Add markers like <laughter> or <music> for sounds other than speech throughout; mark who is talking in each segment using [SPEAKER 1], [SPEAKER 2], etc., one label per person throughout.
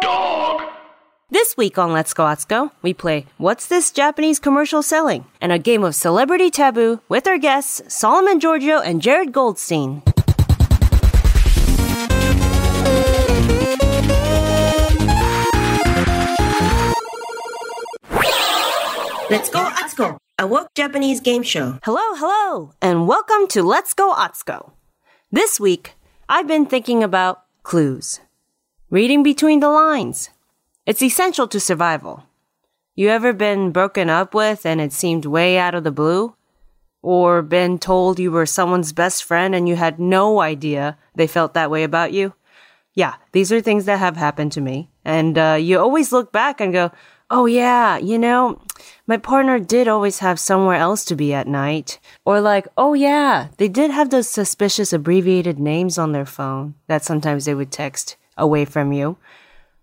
[SPEAKER 1] Dog.
[SPEAKER 2] This week on Let's Go Atsuko, we play What's This Japanese Commercial Selling? and a game of Celebrity Taboo with our guests Solomon Giorgio and Jared Goldstein. Let's Go Atsuko, a woke Japanese game show. Hello, hello, and welcome to Let's Go Atsuko. This week, I've been thinking about clues, reading between the lines. It's essential to survival. You ever been broken up with and it seemed way out of the blue? Or been told you were someone's best friend and you had no idea they felt that way about you? Yeah, these are things that have happened to me. And uh, you always look back and go, oh, yeah, you know, my partner did always have somewhere else to be at night. Or like, oh, yeah, they did have those suspicious abbreviated names on their phone that sometimes they would text away from you.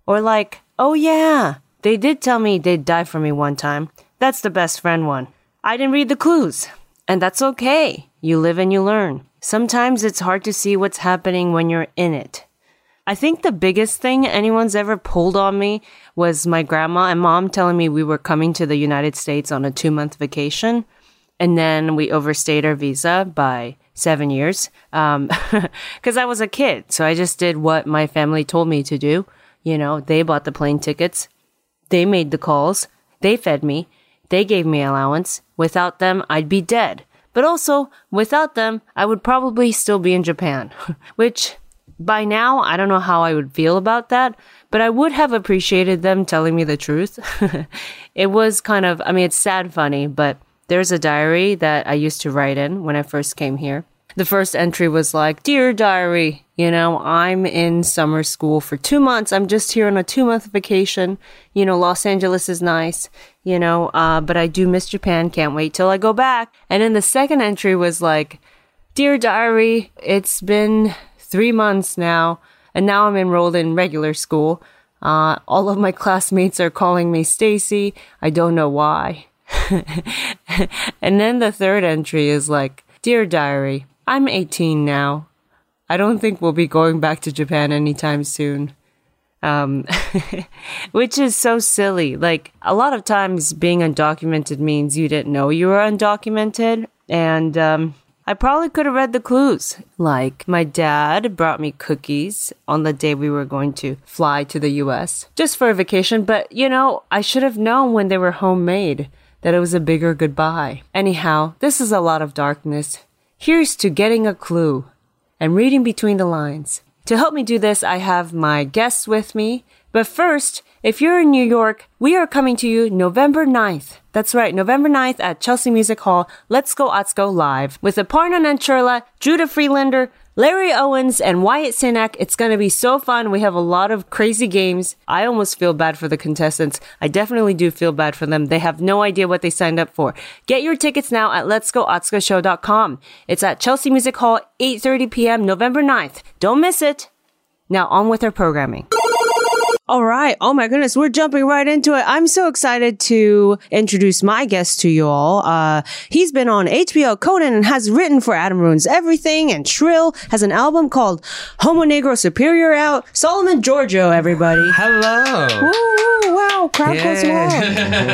[SPEAKER 2] Or like, oh yeah, they did tell me they'd die for me one time. That's the best friend one. I didn't read the clues. And that's okay. You live and you learn. Sometimes it's hard to see what's happening when you're in it. I think the biggest thing anyone's ever pulled on me was my grandma and mom telling me we were coming to the United States on a two month vacation. And then we overstayed our visa by seven years <laughs> because I was a kid. So I just did what my family told me to do. You know, they bought the plane tickets, they made the calls, they fed me, they gave me allowance. Without them, I'd be dead. But also, without them, I would probably still be in Japan, <laughs> which by now, I don't know how I would feel about that, but I would have appreciated them telling me the truth. <laughs> it was kind of, I mean, it's sad funny, but there's a diary that I used to write in when I first came here. The first entry was like, Dear diary, you know, I'm in summer school for two months. I'm just here on a two month vacation. You know, Los Angeles is nice, you know, uh, but I do miss Japan. Can't wait till I go back. And then the second entry was like, Dear Diary, it's been three months now, and now I'm enrolled in regular school. Uh, all of my classmates are calling me Stacy. I don't know why. <laughs> and then the third entry is like, Dear Diary, I'm 18 now. I don't think we'll be going back to Japan anytime soon. Um, <laughs> which is so silly. Like, a lot of times being undocumented means you didn't know you were undocumented. And, um, I probably could have read the clues. Like, my dad brought me cookies on the day we were going to fly to the US just for a vacation, but you know, I should have known when they were homemade that it was a bigger goodbye. Anyhow, this is a lot of darkness. Here's to getting a clue and reading between the lines. To help me do this, I have my guests with me. But first, if you're in New York, we are coming to you November 9th. That's right, November 9th at Chelsea Music Hall. Let's go Atsuko live with Aparna Nancherla, Judah Freelander, Larry Owens, and Wyatt Sinek. It's going to be so fun. We have a lot of crazy games. I almost feel bad for the contestants. I definitely do feel bad for them. They have no idea what they signed up for. Get your tickets now at letsgoatsukoshow.com. It's at Chelsea Music Hall, 8.30 p.m., November 9th. Don't miss it. Now on with our programming. All right. Oh my goodness. We're jumping right into it. I'm so excited to introduce my guest to you all. Uh, he's been on HBO Conan and has written for Adam Ruins Everything and Shrill has an album called Homo Negro Superior out. Solomon Giorgio, everybody.
[SPEAKER 3] Hello.
[SPEAKER 2] Ooh, wow. Crowd goes <laughs> wild.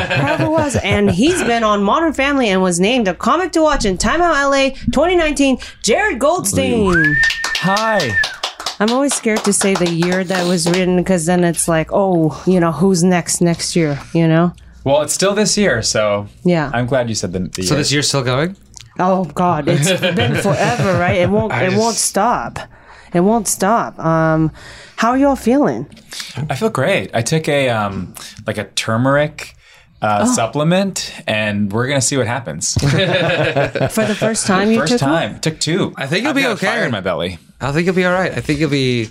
[SPEAKER 2] Crowd was. And he's been on Modern Family and was named a comic to watch in Time Out LA 2019. Jared Goldstein.
[SPEAKER 3] Hi.
[SPEAKER 2] I'm always scared to say the year that was written because then it's like, oh, you know, who's next next year, you know?
[SPEAKER 4] Well, it's still this year, so
[SPEAKER 5] Yeah.
[SPEAKER 4] I'm glad you said the, the
[SPEAKER 3] So this year's still going?
[SPEAKER 2] Oh God, it's been
[SPEAKER 3] <laughs>
[SPEAKER 2] forever, right? It won't.
[SPEAKER 3] I
[SPEAKER 2] it won't
[SPEAKER 3] just-
[SPEAKER 2] stop. It won't stop. Um, how are y'all feeling?
[SPEAKER 4] I feel great. I took a um like a turmeric uh,
[SPEAKER 2] Oh.
[SPEAKER 4] supplement, and we're gonna see what happens.
[SPEAKER 2] For the
[SPEAKER 3] <laughs>
[SPEAKER 2] first time, <laughs> you
[SPEAKER 4] First
[SPEAKER 2] took one?
[SPEAKER 4] time, took two.
[SPEAKER 3] I think you'll
[SPEAKER 4] I've
[SPEAKER 3] be
[SPEAKER 4] got
[SPEAKER 3] okay.
[SPEAKER 4] Fire in my belly.
[SPEAKER 3] I think you'll be all right. I think you'll be.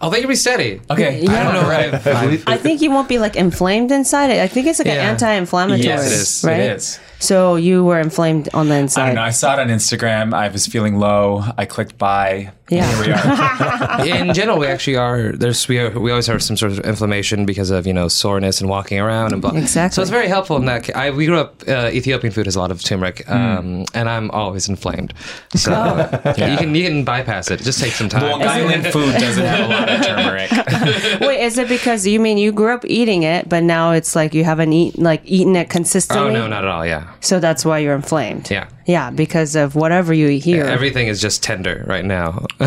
[SPEAKER 3] I think you'll be steady.
[SPEAKER 4] Okay.
[SPEAKER 3] I don't know. Right. I'm-
[SPEAKER 2] <laughs> I think you won't be like inflamed inside it. I think it's like an
[SPEAKER 3] Yeah.
[SPEAKER 2] anti-inflammatory,
[SPEAKER 3] Yes, it is. It
[SPEAKER 2] right?
[SPEAKER 4] It is.
[SPEAKER 2] So you were inflamed on the
[SPEAKER 4] I
[SPEAKER 2] inside.
[SPEAKER 4] don't know. I saw it on Instagram. I was feeling low. I clicked buy.
[SPEAKER 2] Yeah. <laughs>
[SPEAKER 4] Here we are.
[SPEAKER 3] in general, we actually are. There's we are, we always have some sort of inflammation because of you know soreness and walking around and blah.
[SPEAKER 2] Exactly.
[SPEAKER 3] So it's very helpful in that. ca- I, we grew up uh, Ethiopian food has a lot of turmeric,
[SPEAKER 2] Hmm.
[SPEAKER 3] um, and I'm always inflamed. So <laughs> you can you can bypass it. Just take some time.
[SPEAKER 4] Long Island food doesn't have a lot
[SPEAKER 2] <laughs>
[SPEAKER 4] of turmeric.
[SPEAKER 2] Wait, is it because you mean you grew up eating it, but now it's like you haven't eaten like eaten it consistently?
[SPEAKER 3] oh no, not at all. Yeah.
[SPEAKER 2] So that's why you're inflamed.
[SPEAKER 3] Yeah.
[SPEAKER 2] Yeah, because of whatever you eat here.
[SPEAKER 3] Everything is just tender right now. <laughs>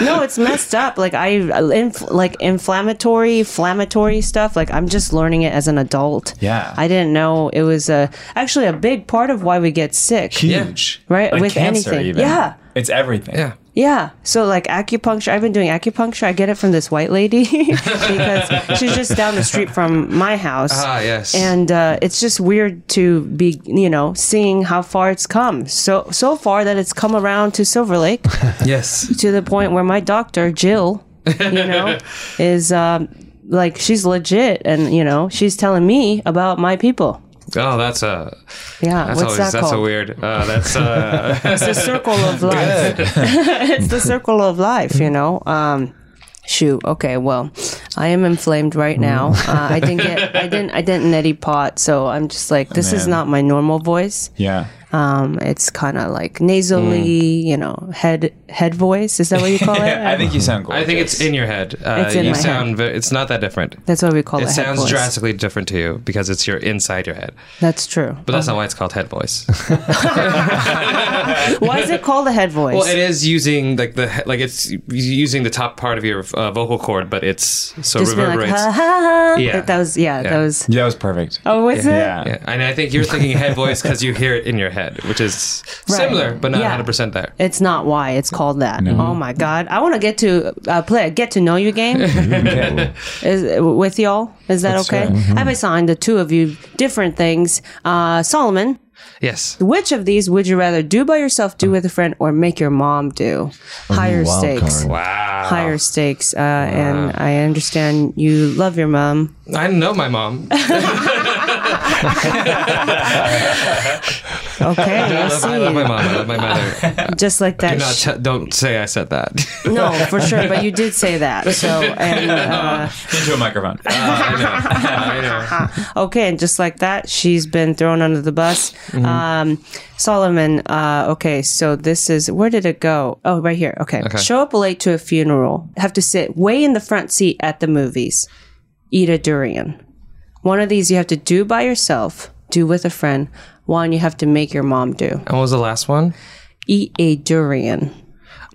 [SPEAKER 2] no, it's messed up. Like I inf- like inflammatory, inflammatory stuff. Like I'm just learning it as an adult.
[SPEAKER 4] Yeah.
[SPEAKER 2] I didn't know it was a actually a big part of why we get sick.
[SPEAKER 4] Huge.
[SPEAKER 2] Right,
[SPEAKER 4] Like
[SPEAKER 2] with
[SPEAKER 4] cancer,
[SPEAKER 2] anything.
[SPEAKER 4] Even.
[SPEAKER 2] Yeah.
[SPEAKER 4] It's everything.
[SPEAKER 3] yeah.
[SPEAKER 2] Yeah. So like acupuncture, I've been doing acupuncture. I get it from this white lady <laughs> because she's just down the street from my house.
[SPEAKER 4] Uh-huh.
[SPEAKER 3] Ah, yes.
[SPEAKER 2] And uh, it's just weird to be, you know, seeing how far it's come. So so far that it's come around to Silver Lake
[SPEAKER 3] Yes.
[SPEAKER 2] to the point where my doctor Jill, you
[SPEAKER 3] <laughs>
[SPEAKER 2] know, is um, like she's legit, and you know, she's telling me about my people.
[SPEAKER 3] Oh, that's a.
[SPEAKER 2] Yeah. what's
[SPEAKER 3] That's always.
[SPEAKER 2] that
[SPEAKER 3] that's a
[SPEAKER 2] called?
[SPEAKER 3] weird. Uh, that's uh,
[SPEAKER 2] it's the circle
[SPEAKER 3] <laughs>
[SPEAKER 2] of life. <laughs> it's the circle of life, you know. Um, shoot. Okay. Well, I am inflamed
[SPEAKER 3] Mm.
[SPEAKER 2] right now. Uh, I didn't get. I didn't. I didn't neti pot. So I'm just like, this is
[SPEAKER 4] Man.
[SPEAKER 2] not my normal voice.
[SPEAKER 4] Yeah.
[SPEAKER 2] Um, it's kind of like nasally, you know, head head voice. Is that what you
[SPEAKER 3] <laughs>
[SPEAKER 4] <laughs>
[SPEAKER 2] call it?
[SPEAKER 4] I think you sound gorgeous.
[SPEAKER 3] Mm. I think it's in your head. Uh,
[SPEAKER 2] It's in
[SPEAKER 3] you
[SPEAKER 2] my head.
[SPEAKER 3] sound. ve- It's not that different.
[SPEAKER 2] that's what we call it.
[SPEAKER 3] It
[SPEAKER 2] head
[SPEAKER 3] sounds
[SPEAKER 2] voice.
[SPEAKER 3] drastically different to you because it's your inside your head.
[SPEAKER 2] That's true.
[SPEAKER 3] But that's not why it's called head voice.
[SPEAKER 2] <laughs> Why is it called a head voice?
[SPEAKER 3] <laughs> well, it is using like the like it's using the top part of your uh, vocal cord, but it's so
[SPEAKER 2] Just being like,
[SPEAKER 3] reverberates.
[SPEAKER 2] ha ha. ha.
[SPEAKER 3] Yeah.
[SPEAKER 2] That was yeah, That
[SPEAKER 3] Yeah.
[SPEAKER 2] was.
[SPEAKER 4] Yeah, that was perfect.
[SPEAKER 2] Oh, was it?
[SPEAKER 4] Yeah.
[SPEAKER 3] Yeah, and I think you're thinking head voice because you hear it in your head, which is similar but not
[SPEAKER 2] Yeah.
[SPEAKER 3] 100 percent there.
[SPEAKER 2] It's not why it's called that. Oh my god! I want to get to uh, play a get to know you
[SPEAKER 3] <laughs>
[SPEAKER 2] game is, with y'all. Is that okay? I've assigned the two of you different things. Uh, Solomon,
[SPEAKER 3] Yes.
[SPEAKER 2] which of these would you rather do by yourself, do with a friend, or make your mom do? Higher
[SPEAKER 6] wild
[SPEAKER 2] stakes.
[SPEAKER 6] card.
[SPEAKER 3] Wow.
[SPEAKER 2] Higher stakes. Uh, And I understand you love your mom.
[SPEAKER 3] I know
[SPEAKER 2] <laughs>
[SPEAKER 3] my mom.
[SPEAKER 2] Okay, I
[SPEAKER 3] <laughs> I, love, I
[SPEAKER 2] see.
[SPEAKER 3] love my mom. I love my mother.
[SPEAKER 2] <laughs> Just like that.
[SPEAKER 3] Do not t- don't say I
[SPEAKER 2] <laughs>
[SPEAKER 3] said that. <laughs>
[SPEAKER 2] no, for sure. But you did say that. So and.
[SPEAKER 3] <laughs>
[SPEAKER 2] Uh,
[SPEAKER 4] Into a microphone.
[SPEAKER 3] I know. I know.
[SPEAKER 2] Okay, and just like that, she's been thrown under the bus.
[SPEAKER 3] Mm-hmm.
[SPEAKER 2] Um, Solomon, uh, okay, so this is where did it go? Oh, right here. Okay. Show up late to a funeral, have to sit way in the front seat at the movies, eat a durian. One of these you have to do by yourself, do with a friend. One you have to make your mom do.
[SPEAKER 3] And what was the last one?
[SPEAKER 2] Eat a durian.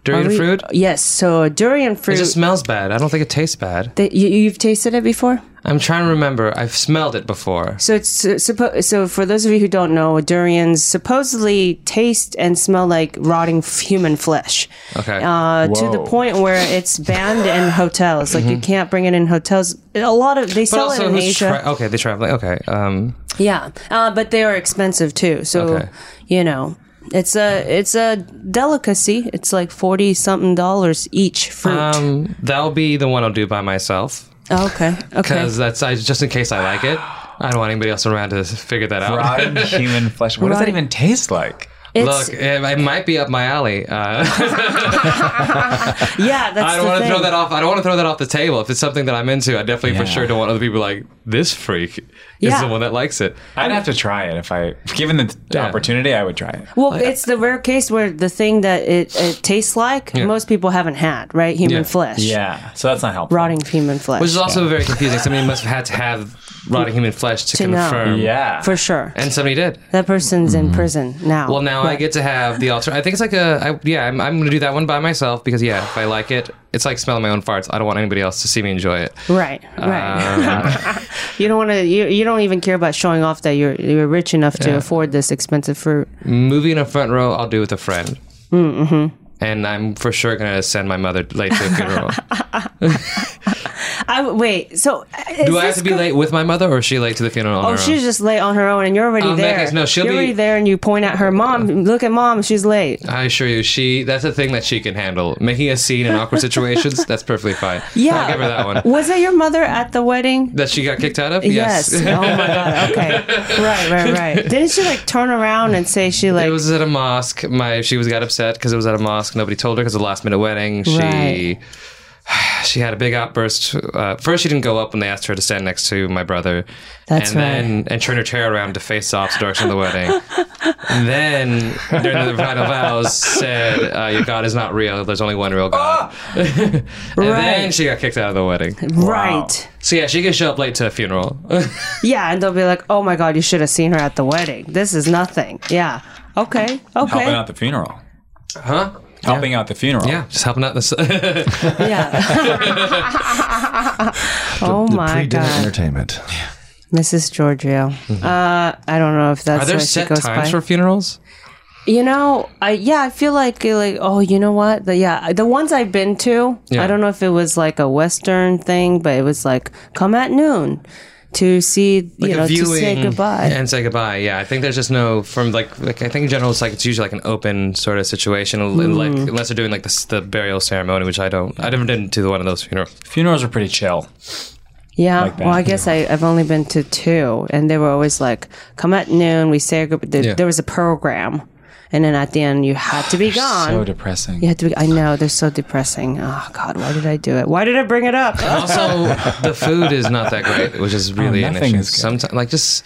[SPEAKER 3] Durian
[SPEAKER 2] Are we-
[SPEAKER 3] fruit.
[SPEAKER 2] Yes. So a durian fruit.
[SPEAKER 3] It just smells bad. I don't think it tastes bad.
[SPEAKER 2] that you, you've tasted it before?
[SPEAKER 3] I'm trying to remember. I've smelled it before.
[SPEAKER 2] So it's suppo- so for those of you who don't know, durians supposedly taste and smell like rotting f- human flesh.
[SPEAKER 3] Okay.
[SPEAKER 2] Uh, to the point where it's banned in hotels. Like you can't bring it in hotels. A lot of they
[SPEAKER 3] Mm-hmm. but
[SPEAKER 2] sell it
[SPEAKER 3] also,
[SPEAKER 2] in
[SPEAKER 3] who's
[SPEAKER 2] Asia.
[SPEAKER 3] tra- okay, they're traveling. Okay. Um,
[SPEAKER 2] yeah, uh, but they are expensive too. So
[SPEAKER 3] Okay.
[SPEAKER 2] you know, it's a it's a delicacy. It's like forty something dollars each fruit.
[SPEAKER 3] um, that'll be the one I'll do by myself
[SPEAKER 2] okay, okay.
[SPEAKER 3] because that's I, just in case I like it. I don't want anybody else around to figure that out. <laughs>
[SPEAKER 4] Rotten human flesh. What does that
[SPEAKER 2] Rotten-
[SPEAKER 4] even taste like?
[SPEAKER 2] It's,
[SPEAKER 3] Look, it, it might be up my alley. Uh,
[SPEAKER 2] yeah, that's
[SPEAKER 3] <laughs> I
[SPEAKER 2] the
[SPEAKER 3] don't want to
[SPEAKER 2] thing.
[SPEAKER 3] throw that off. I don't want to throw that off the table. If it's something that I'm into, I definitely for
[SPEAKER 4] Yeah.
[SPEAKER 3] sure don't want other people like this freak is
[SPEAKER 2] Yeah.
[SPEAKER 3] the one that likes it.
[SPEAKER 4] I'd have to try it if I, given the
[SPEAKER 3] Yeah.
[SPEAKER 4] opportunity, I would try it.
[SPEAKER 2] Well, it's the rare case where the thing that it, it tastes like most people haven't had, right? Human
[SPEAKER 3] Yeah.
[SPEAKER 2] flesh,
[SPEAKER 4] Yeah. So that's not helpful.
[SPEAKER 2] rotting human flesh.
[SPEAKER 3] Which is also very confusing. Somebody must have had to have rotting human flesh to,
[SPEAKER 2] To know.
[SPEAKER 3] confirm.
[SPEAKER 4] Yeah.
[SPEAKER 2] for sure.
[SPEAKER 3] And somebody did.
[SPEAKER 2] that person's in prison now.
[SPEAKER 3] Well, now I
[SPEAKER 2] Right.
[SPEAKER 3] get to have the alter. I think it's like a I, yeah. I'm, I'm gonna do that one by myself because yeah, if I like it, it's like smelling my own farts. I don't want anybody else to see me
[SPEAKER 2] <laughs>
[SPEAKER 3] enjoy it.
[SPEAKER 2] Right,
[SPEAKER 3] Uh,
[SPEAKER 2] right. you don't want to. You, you don't even care about showing off that you're you're rich enough to afford this expensive fruit.
[SPEAKER 3] Movie in a front row, I'll do with a friend. Mm-hmm. And I'm for sure gonna send my mother late to a
[SPEAKER 2] <laughs>
[SPEAKER 3] funeral.
[SPEAKER 2] I wait. So uh, is
[SPEAKER 3] do I
[SPEAKER 2] this
[SPEAKER 3] have to be
[SPEAKER 2] go-
[SPEAKER 3] late with my mother, or is she late to the funeral? on
[SPEAKER 2] Oh,
[SPEAKER 3] her
[SPEAKER 2] she's
[SPEAKER 3] own?
[SPEAKER 2] just late on her own, and you're already
[SPEAKER 3] Oh, in that
[SPEAKER 2] there.
[SPEAKER 3] case, no, she'll
[SPEAKER 2] you're
[SPEAKER 3] be- Uh,
[SPEAKER 2] already there, and you point at her mom. Look at mom; she's late.
[SPEAKER 3] I assure you, she that's a thing that she can handle. Making a scene in
[SPEAKER 2] <laughs>
[SPEAKER 3] awkward situations, that's perfectly fine.
[SPEAKER 2] Yeah.
[SPEAKER 3] I'll give her that one.
[SPEAKER 2] Was that your mother at the wedding?
[SPEAKER 3] That she got kicked out of?
[SPEAKER 2] Yes. oh my god. Okay.
[SPEAKER 3] <laughs>
[SPEAKER 2] Right. Right. Right. Didn't she like turn around and say she like?
[SPEAKER 3] it was at a mosque. My she was got upset because it was at a mosque. Nobody told her because of the last minute wedding. She
[SPEAKER 2] Right.
[SPEAKER 3] <sighs> she had a big outburst. Uh, first, she didn't go up when they asked her to stand next to my brother.
[SPEAKER 2] That's
[SPEAKER 3] and Then, and turn her chair around to face the opposite direction of the wedding. and then during the final vows, said, uh, "Your God is not real. There's only one real God." <laughs> and then
[SPEAKER 2] Ah! Right.
[SPEAKER 3] she got kicked out of the wedding.
[SPEAKER 2] right.
[SPEAKER 3] So yeah, she could show up late to a funeral. <laughs>
[SPEAKER 2] Yeah, and they'll be like, "Oh my god, you should have seen her at the wedding. This is nothing." Yeah. Okay.
[SPEAKER 4] Helping
[SPEAKER 2] Okay.
[SPEAKER 4] out the funeral.
[SPEAKER 3] huh?
[SPEAKER 4] Helping out the funeral.
[SPEAKER 3] Yeah, just helping out this.
[SPEAKER 6] <laughs>
[SPEAKER 2] Yeah. oh
[SPEAKER 6] the
[SPEAKER 2] my
[SPEAKER 6] pre-dinner
[SPEAKER 2] god,
[SPEAKER 6] entertainment. Mm-hmm.
[SPEAKER 2] Mrs. Giorgio. Uh, I don't know if that's
[SPEAKER 3] <laughs> Are there
[SPEAKER 2] what she
[SPEAKER 3] set
[SPEAKER 2] goes
[SPEAKER 3] times
[SPEAKER 2] by.
[SPEAKER 3] for funerals?
[SPEAKER 2] You know, I yeah, I feel like like oh, you know what? The, yeah, the ones I've been to,
[SPEAKER 3] Yeah.
[SPEAKER 2] I don't know if it was like a Western thing, but it was like come at noon to see you know to say goodbye.
[SPEAKER 4] e-,
[SPEAKER 3] and say goodbye. Yeah, I think there's just no from like, like I think in general it's like it's usually like an open sort of situation, and, like
[SPEAKER 2] Mm.
[SPEAKER 3] unless they're doing like the, the burial ceremony, which I don't. I never did to one of those funerals.
[SPEAKER 4] Funerals are pretty chill.
[SPEAKER 2] yeah,
[SPEAKER 4] like that.
[SPEAKER 2] well, I guess I, I've only been to two, and they were always like come at noon. We say goodbye. There,
[SPEAKER 3] Yeah.
[SPEAKER 2] there was a program, and then at the end you had to be gone.
[SPEAKER 4] So depressing.
[SPEAKER 2] you had to be. I know they're so depressing. Oh God, why did I do it? Why did I bring it up? <laughs>
[SPEAKER 4] <sighs>
[SPEAKER 3] Also, the food is not that great, which
[SPEAKER 2] Oh,
[SPEAKER 3] is really an
[SPEAKER 4] nothing
[SPEAKER 3] issue.
[SPEAKER 4] is good.
[SPEAKER 3] Sometimes, like just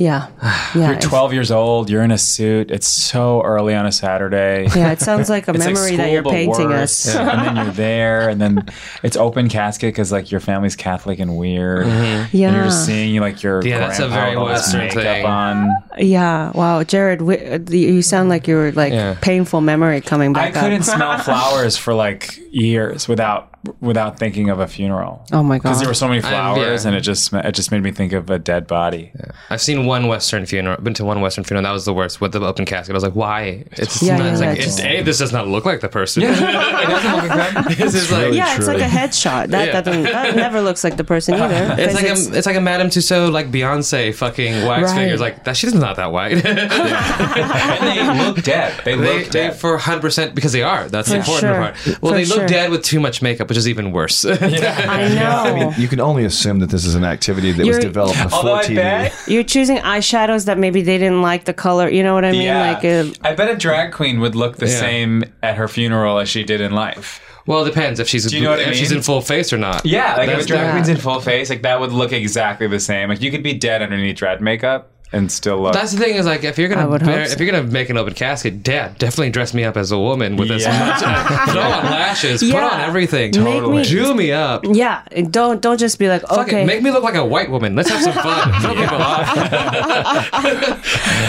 [SPEAKER 2] yeah, yeah.
[SPEAKER 4] You're
[SPEAKER 2] it's-
[SPEAKER 4] 12 years old. You're in a suit. It's so early on a Saturday.
[SPEAKER 2] Yeah, it sounds like a
[SPEAKER 4] <laughs> It's like
[SPEAKER 2] memory that
[SPEAKER 4] school,
[SPEAKER 2] you're
[SPEAKER 4] but
[SPEAKER 2] painting
[SPEAKER 4] worse.
[SPEAKER 2] us.
[SPEAKER 4] and then you're there, and then it's open casket because like your family's Catholic and weird. And you're just
[SPEAKER 2] Yeah.
[SPEAKER 4] seeing you like your
[SPEAKER 3] Mm-hmm. Yeah,
[SPEAKER 4] grandpa
[SPEAKER 3] that's a very
[SPEAKER 4] with all this
[SPEAKER 3] Western
[SPEAKER 4] makeup
[SPEAKER 3] thing.
[SPEAKER 4] on.
[SPEAKER 2] Yeah. Wow, Jared, wi- uh, the- you sound like you were like
[SPEAKER 3] Yeah.
[SPEAKER 2] painful memory coming
[SPEAKER 4] I
[SPEAKER 2] back up.
[SPEAKER 4] couldn't
[SPEAKER 2] <laughs>
[SPEAKER 4] smell flowers for like years without without thinking of a funeral.
[SPEAKER 2] Oh my
[SPEAKER 4] Because
[SPEAKER 2] god.
[SPEAKER 4] there were so many
[SPEAKER 3] yeah.
[SPEAKER 4] flowers, and it just sm- it just made me think of a dead <laughs> body.
[SPEAKER 3] I've seen one Western funeral. I've been to one Western funeral. That was the worst with the open casket. I was like, why? It's
[SPEAKER 2] Yeah,
[SPEAKER 3] not.
[SPEAKER 2] yeah,
[SPEAKER 3] it's like,
[SPEAKER 2] yeah,
[SPEAKER 3] it's,
[SPEAKER 2] it's-
[SPEAKER 3] a. This does not look like the person. <laughs> this is like
[SPEAKER 2] yeah, it's like a headshot. That
[SPEAKER 3] Yeah.
[SPEAKER 2] doesn't. That never looks like the person either.
[SPEAKER 3] <laughs> It's
[SPEAKER 2] 'cause
[SPEAKER 3] like a, it's like a Madame Tussauds like Beyonce fucking wax
[SPEAKER 2] Right.
[SPEAKER 3] figures like that. She's not that white. <laughs>
[SPEAKER 4] They look dead.
[SPEAKER 3] they
[SPEAKER 4] They look
[SPEAKER 3] they
[SPEAKER 4] dead.
[SPEAKER 3] for hundred percent because they are. That's the
[SPEAKER 2] For
[SPEAKER 3] important
[SPEAKER 2] sure.
[SPEAKER 3] part. Well,
[SPEAKER 2] For
[SPEAKER 3] they look
[SPEAKER 2] sure.
[SPEAKER 3] dead with too much makeup, which is even
[SPEAKER 4] <laughs>
[SPEAKER 3] worse. <laughs>
[SPEAKER 2] I know.
[SPEAKER 6] You can only assume that this is an activity that was
[SPEAKER 2] You're-
[SPEAKER 6] developed before
[SPEAKER 4] Although I
[SPEAKER 6] TV.
[SPEAKER 4] bet
[SPEAKER 2] You're choosing eyeshadows that maybe they didn't like the color. You know what I mean?
[SPEAKER 4] Yeah.
[SPEAKER 2] Like, uh,
[SPEAKER 4] I bet a drag queen would look the
[SPEAKER 3] Yeah.
[SPEAKER 4] same at her funeral as she did in life.
[SPEAKER 3] well, it depends if she's
[SPEAKER 4] you know what I
[SPEAKER 3] if she's
[SPEAKER 4] mean?
[SPEAKER 3] in full face or not.
[SPEAKER 4] Yeah, like if
[SPEAKER 3] That's
[SPEAKER 4] a drag
[SPEAKER 3] the-
[SPEAKER 4] queen's in full face, like that would look exactly the same. Like you could be dead underneath drag makeup and still look.
[SPEAKER 3] That's the thing is like if you're
[SPEAKER 2] I
[SPEAKER 3] gonna
[SPEAKER 2] would hope
[SPEAKER 3] bear-
[SPEAKER 2] so.
[SPEAKER 3] if you're gonna make an open casket, yeah, definitely dress me up as a woman with as <laughs>
[SPEAKER 4] <laughs> Yeah. <laughs>
[SPEAKER 3] much. Put on lashes. Put
[SPEAKER 2] Yeah.
[SPEAKER 3] on everything.
[SPEAKER 2] Make Totally. me-
[SPEAKER 3] Do me up.
[SPEAKER 2] yeah. and Don't don't just be like,
[SPEAKER 3] Fuck
[SPEAKER 2] okay,
[SPEAKER 3] it. Make me look like a white woman. Let's have some
[SPEAKER 4] <laughs>
[SPEAKER 3] fun. Throw people off.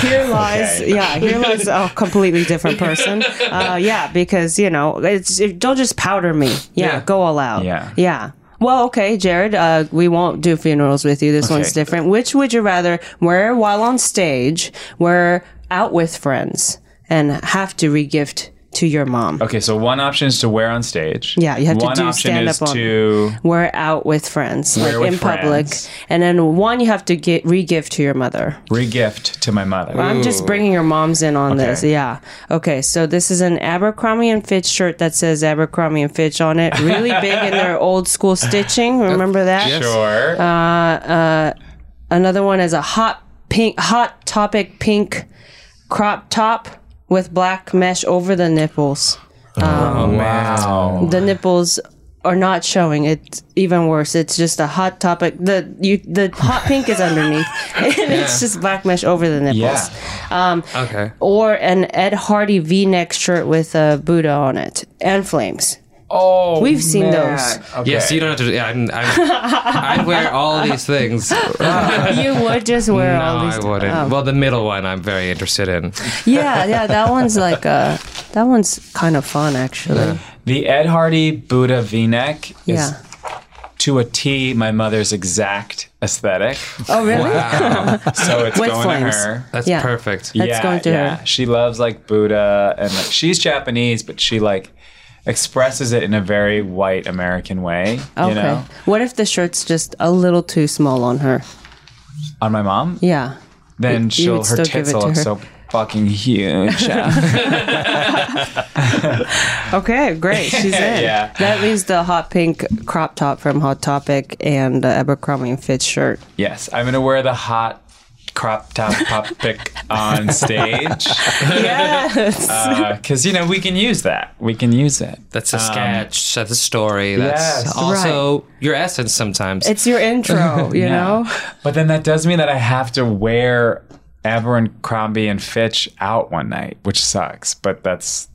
[SPEAKER 2] here lies.
[SPEAKER 4] Okay.
[SPEAKER 2] Yeah, here lies
[SPEAKER 4] <laughs>
[SPEAKER 2] a completely different person. Uh, yeah, because you know, it's it, don't just powder me. Yeah,
[SPEAKER 3] Yeah.
[SPEAKER 2] go all out.
[SPEAKER 4] Yeah.
[SPEAKER 2] yeah. Well, okay, Jared. Uh, we won't do funerals with you. This one's different. Which would you rather wear while on stage, wear out with friends, and have to regift to your mom?
[SPEAKER 4] okay, so one option is to wear on stage.
[SPEAKER 2] Yeah, you have to
[SPEAKER 4] one
[SPEAKER 2] do
[SPEAKER 4] option
[SPEAKER 2] stand
[SPEAKER 4] is
[SPEAKER 2] up on-
[SPEAKER 4] to
[SPEAKER 2] Wear out with friends, like
[SPEAKER 4] Wear with
[SPEAKER 2] in public,
[SPEAKER 4] friends.
[SPEAKER 2] and then one you have to get regift to your mother.
[SPEAKER 4] regift to my mother.
[SPEAKER 2] I'm just bringing your moms in on this. Yeah. Okay. So this is an Abercrombie and Fitch shirt that says Abercrombie and Fitch on it,
[SPEAKER 4] <laughs>
[SPEAKER 2] really big in their old school stitching. Remember that?
[SPEAKER 4] Sure.
[SPEAKER 2] Oh, Another one is a hot pink, hot topic pink crop top with black mesh over the nipples.
[SPEAKER 4] Oh, wow.
[SPEAKER 2] The nipples are not showing. It's even worse. It's just a hot topic. The you the hot pink is underneath, <laughs> and it's just black mesh over the nipples.
[SPEAKER 4] Yeah.
[SPEAKER 3] Okay.
[SPEAKER 2] or an Ed Hardy V-neck shirt with a Buddha on it and flames.
[SPEAKER 4] Oh,
[SPEAKER 2] We've seen
[SPEAKER 4] man.
[SPEAKER 2] those.
[SPEAKER 4] Okay.
[SPEAKER 3] Yes, you don't have to. Yeah, I'm, I'm, I wear all these
[SPEAKER 2] <laughs>
[SPEAKER 3] things.
[SPEAKER 2] you would just wear
[SPEAKER 3] no,
[SPEAKER 2] all these.
[SPEAKER 3] I wouldn't.
[SPEAKER 2] Oh.
[SPEAKER 3] Well, the middle one I'm very interested in.
[SPEAKER 2] yeah, yeah, that one's like uh that one's kind of fun actually.
[SPEAKER 4] The Ed Hardy Buddha V-neck is
[SPEAKER 2] Yeah.
[SPEAKER 4] to a T my mother's exact aesthetic.
[SPEAKER 2] Oh really?
[SPEAKER 3] Wow,
[SPEAKER 4] So it's
[SPEAKER 2] With
[SPEAKER 4] going
[SPEAKER 2] flames.
[SPEAKER 4] to her.
[SPEAKER 3] that's
[SPEAKER 2] Yeah.
[SPEAKER 3] perfect.
[SPEAKER 2] That's going to her.
[SPEAKER 4] She loves like Buddha and like, she's Japanese, but she like expresses it in a very white American way.
[SPEAKER 2] Okay.
[SPEAKER 4] You know,
[SPEAKER 2] What if the shirt's just a little too small on her?
[SPEAKER 4] on my mom,
[SPEAKER 2] Yeah.
[SPEAKER 4] then
[SPEAKER 2] you
[SPEAKER 4] she'll
[SPEAKER 2] would
[SPEAKER 4] her
[SPEAKER 2] still give
[SPEAKER 4] tits
[SPEAKER 2] it
[SPEAKER 4] will
[SPEAKER 2] to
[SPEAKER 4] look
[SPEAKER 2] her.
[SPEAKER 4] so fucking
[SPEAKER 2] <laughs>
[SPEAKER 4] huge. Yeah.
[SPEAKER 2] Okay, great.
[SPEAKER 4] <laughs>
[SPEAKER 2] She's in.
[SPEAKER 4] Yeah.
[SPEAKER 2] That leaves the hot pink crop top from Hot Topic and the Abercrombie and Fitch shirt.
[SPEAKER 4] yes, I'm gonna wear the hot crop top pop pick
[SPEAKER 2] <laughs>
[SPEAKER 4] on stage
[SPEAKER 2] Yes.
[SPEAKER 4] because you know we can use that. We can use it.
[SPEAKER 3] That's a sketch. That's a story. That's
[SPEAKER 4] Uh, Yes.
[SPEAKER 3] also your essence
[SPEAKER 2] <laughs>
[SPEAKER 3] sometimes.
[SPEAKER 2] it's your
[SPEAKER 4] <laughs>
[SPEAKER 2] intro, you know?
[SPEAKER 4] But then that does mean that I have to wear Abercrombie and Fitch out one night, which sucks. But that's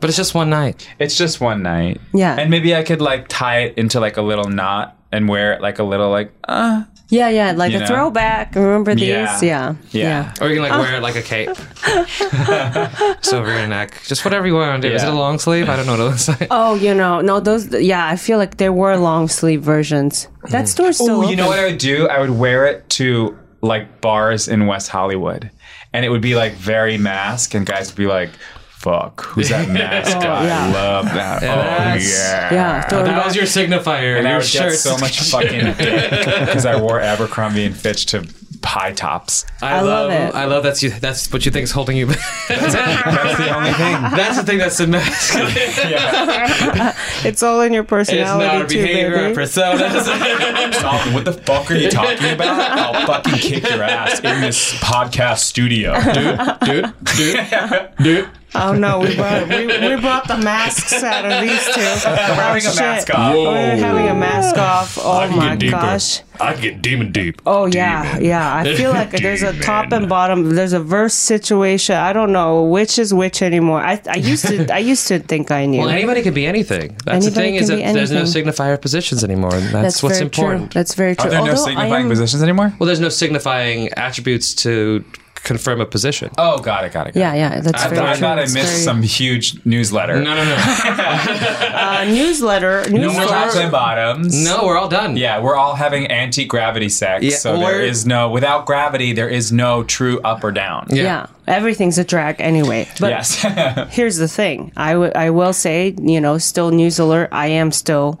[SPEAKER 3] but it's just one night.
[SPEAKER 4] it's just one night.
[SPEAKER 2] Yeah.
[SPEAKER 4] And maybe I could like tie it into like a little knot and wear it like a little like uh
[SPEAKER 2] Yeah, yeah. Like
[SPEAKER 4] You
[SPEAKER 2] a
[SPEAKER 4] know?
[SPEAKER 2] throwback. Remember these?
[SPEAKER 4] Yeah.
[SPEAKER 2] Yeah.
[SPEAKER 4] yeah.
[SPEAKER 3] Or you can like wear it like a
[SPEAKER 2] <laughs>
[SPEAKER 3] cape. <laughs> just over your neck. Just whatever you want to do. Is it
[SPEAKER 4] Yeah.
[SPEAKER 3] a long sleeve? I don't know what it looks like.
[SPEAKER 2] Oh, you know, no, those, yeah, I feel like there were long sleeve versions. That store's still.
[SPEAKER 4] Ooh, you know
[SPEAKER 2] open.
[SPEAKER 4] what I would do? I would wear it to like bars in West Hollywood. And it would be like very mask and guys would be like Fuck, who's
[SPEAKER 2] <laughs>
[SPEAKER 4] that mask guy? I
[SPEAKER 2] yeah.
[SPEAKER 4] love that. oh,
[SPEAKER 3] that's-
[SPEAKER 4] yeah.
[SPEAKER 2] Yeah,
[SPEAKER 3] That
[SPEAKER 2] throwback.
[SPEAKER 3] was your signifier.
[SPEAKER 4] And I
[SPEAKER 3] your
[SPEAKER 4] would get
[SPEAKER 3] shirt.
[SPEAKER 4] so
[SPEAKER 2] <laughs>
[SPEAKER 4] much fucking dick because I wore Abercrombie and Fitch to pie tops.
[SPEAKER 3] I,
[SPEAKER 2] I
[SPEAKER 3] love,
[SPEAKER 2] love it.
[SPEAKER 3] I love that's you. That's what you think is holding you back.
[SPEAKER 4] <laughs> That's the only thing.
[SPEAKER 3] <laughs> that's the thing that's
[SPEAKER 2] <laughs>
[SPEAKER 3] the mask.
[SPEAKER 2] It's all in your
[SPEAKER 3] It's
[SPEAKER 2] personality
[SPEAKER 3] not our
[SPEAKER 2] too,
[SPEAKER 3] behavior, our
[SPEAKER 2] baby. <laughs>
[SPEAKER 3] personas.
[SPEAKER 4] Dalton, what the fuck are you talking about? I'll fucking kick your ass in this podcast studio.
[SPEAKER 3] dude, dude, dude.
[SPEAKER 2] oh no, we brought we,
[SPEAKER 4] <laughs>
[SPEAKER 2] we brought the masks out of these two. We're
[SPEAKER 4] having a mask off.
[SPEAKER 2] We're having a mask off. Oh my gosh.
[SPEAKER 1] I'd get demon deep.
[SPEAKER 2] Oh yeah, yeah. I feel like there's a top and bottom. There's a verse situation. I don't know which is which anymore. I I used to I used to think I knew.
[SPEAKER 3] Well, anybody could be anything. That's the
[SPEAKER 2] Anybody
[SPEAKER 3] thing is
[SPEAKER 2] can be
[SPEAKER 3] that there's no
[SPEAKER 2] anything.
[SPEAKER 3] signifier of positions anymore, and that's, what's
[SPEAKER 2] very
[SPEAKER 3] important.
[SPEAKER 2] True. That's very true.
[SPEAKER 4] Are there no
[SPEAKER 2] Although I
[SPEAKER 4] signifying
[SPEAKER 2] am-
[SPEAKER 4] positions anymore?
[SPEAKER 3] Well, there's no signifying attributes to confirm a position.
[SPEAKER 4] Oh, got it, got it. Got
[SPEAKER 2] Yeah, yeah. That's
[SPEAKER 4] I,
[SPEAKER 2] very
[SPEAKER 4] thought- I
[SPEAKER 2] true.
[SPEAKER 4] thought I
[SPEAKER 2] It's
[SPEAKER 4] missed
[SPEAKER 2] very-
[SPEAKER 4] some huge newsletter.
[SPEAKER 3] no, no. <laughs>
[SPEAKER 2] uh, newsletter.
[SPEAKER 4] No more
[SPEAKER 2] newsletter.
[SPEAKER 4] tops and bottoms.
[SPEAKER 3] no, we're all done.
[SPEAKER 4] Yeah, we're all having anti gravity sex.
[SPEAKER 3] Yeah,
[SPEAKER 4] so there
[SPEAKER 3] or-
[SPEAKER 4] is no, without gravity, there is no true up or down.
[SPEAKER 2] yeah. everything's a drag anyway. But
[SPEAKER 3] <laughs>
[SPEAKER 4] Yes.
[SPEAKER 2] here's the thing. I would I will say, you know, still news alert. I am still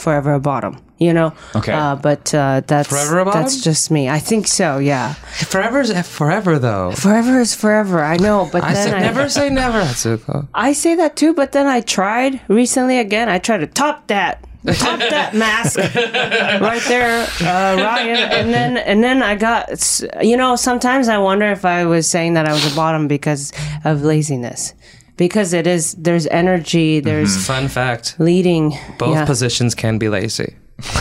[SPEAKER 2] forever a bottom. You know.
[SPEAKER 4] Okay.
[SPEAKER 2] Uh, but uh, that's
[SPEAKER 3] Forever a bottom?
[SPEAKER 2] that's just me. I think so. Yeah.
[SPEAKER 3] Forever is forever, though.
[SPEAKER 2] Forever is forever. I know. But
[SPEAKER 3] I
[SPEAKER 2] then
[SPEAKER 3] said
[SPEAKER 2] I
[SPEAKER 3] never say never. That's it, though.
[SPEAKER 2] I say that too. But then I tried recently again. I tried to top that. Top that mask right there, uh, Ryan, and then and then I got s- you know sometimes I wonder if I was saying that I was a bottom because of laziness, because it is there's energy there's
[SPEAKER 3] Fun fact:
[SPEAKER 2] leading
[SPEAKER 3] Mm-hmm. both
[SPEAKER 2] yeah.
[SPEAKER 3] positions can be lazy.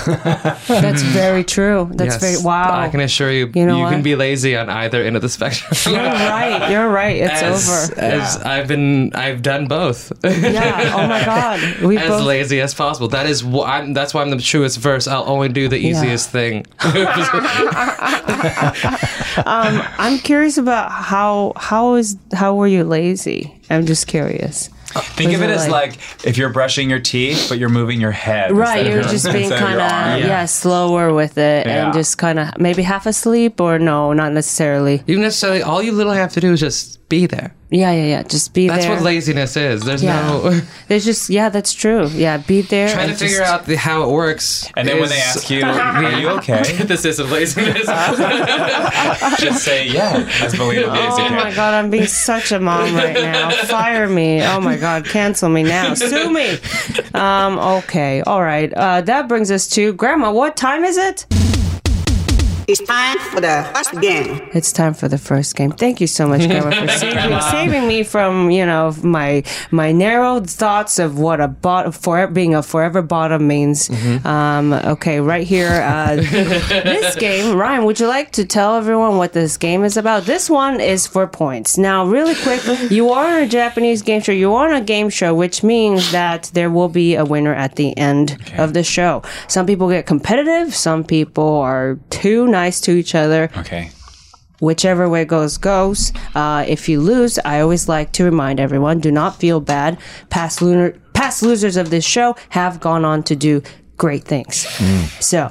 [SPEAKER 2] That's very true. That's
[SPEAKER 3] Yes.
[SPEAKER 2] very wow.
[SPEAKER 3] I can assure you, you,
[SPEAKER 2] You know
[SPEAKER 3] can
[SPEAKER 2] what?
[SPEAKER 3] be lazy on either end of the <laughs> spectrum.
[SPEAKER 2] You're right. You're right. It's
[SPEAKER 3] as,
[SPEAKER 2] over.
[SPEAKER 3] as I've been, I've done both. <laughs>
[SPEAKER 2] Yeah. Oh my God. We
[SPEAKER 3] as
[SPEAKER 2] both.
[SPEAKER 3] lazy as possible. That is wh- I'm, that's why I'm the truest verse. I'll only do the easiest
[SPEAKER 2] <laughs>
[SPEAKER 3] thing. <laughs>
[SPEAKER 2] I'm curious about how how is how were you lazy? I'm just curious.
[SPEAKER 4] Think of
[SPEAKER 2] Was
[SPEAKER 4] it
[SPEAKER 2] it
[SPEAKER 4] as like,
[SPEAKER 2] like-
[SPEAKER 4] if you're brushing your teeth, but you're moving your head.
[SPEAKER 2] Right.
[SPEAKER 4] instead of
[SPEAKER 2] You're
[SPEAKER 4] your-
[SPEAKER 2] just being
[SPEAKER 4] <laughs> instead of
[SPEAKER 2] kind
[SPEAKER 4] your
[SPEAKER 2] of
[SPEAKER 4] arm.
[SPEAKER 2] yeah.
[SPEAKER 3] Yeah.
[SPEAKER 2] slower with it
[SPEAKER 4] Yeah.
[SPEAKER 2] and just kind of maybe half asleep or no, not necessarily.
[SPEAKER 3] you necessarily all you literally have to do is just be there.
[SPEAKER 2] Yeah, yeah, yeah. Just be
[SPEAKER 3] That's
[SPEAKER 2] there.
[SPEAKER 3] what laziness is. There's
[SPEAKER 2] Yeah.
[SPEAKER 3] <laughs> no
[SPEAKER 2] There's just yeah, that's true. Yeah, be there.
[SPEAKER 3] trying to
[SPEAKER 2] and just-
[SPEAKER 3] figure out the, how it works.
[SPEAKER 4] And then when
[SPEAKER 3] is-
[SPEAKER 4] they ask
[SPEAKER 3] <laughs>
[SPEAKER 4] you, "Are you
[SPEAKER 2] <laughs>
[SPEAKER 4] okay?"
[SPEAKER 3] this isn't laziness. <laughs>
[SPEAKER 4] Just say, <laughs> "Yeah, as
[SPEAKER 2] <laughs>
[SPEAKER 4] believably as you
[SPEAKER 2] Oh my
[SPEAKER 4] can."
[SPEAKER 2] god, I'm being such a mom
[SPEAKER 4] <laughs>
[SPEAKER 2] right now. Fire me. Oh my god, cancel me now. Sue
[SPEAKER 4] <laughs>
[SPEAKER 2] me. Um, okay, all right. Uh, that brings us to Grandma. What time is it?
[SPEAKER 7] It's time for the first game.
[SPEAKER 2] It's time for the first game. Thank you so much, Grandma, for saving, saving me from you know my my narrow thoughts of what a bot for being a forever bottom means. Um, okay, right here, uh, this game, Ryan. Would you like to tell everyone what this game is about? This one is for points. Now, really quick, you are on a Japanese game show. You are on a game show, which means that there will be a winner at the end of the show. Some people get competitive. Some people are too nice to each other
[SPEAKER 4] Okay.
[SPEAKER 2] whichever way goes goes uh, if you lose i always like to remind everyone do not feel bad past lunar past losers of this show have gone on to do great things so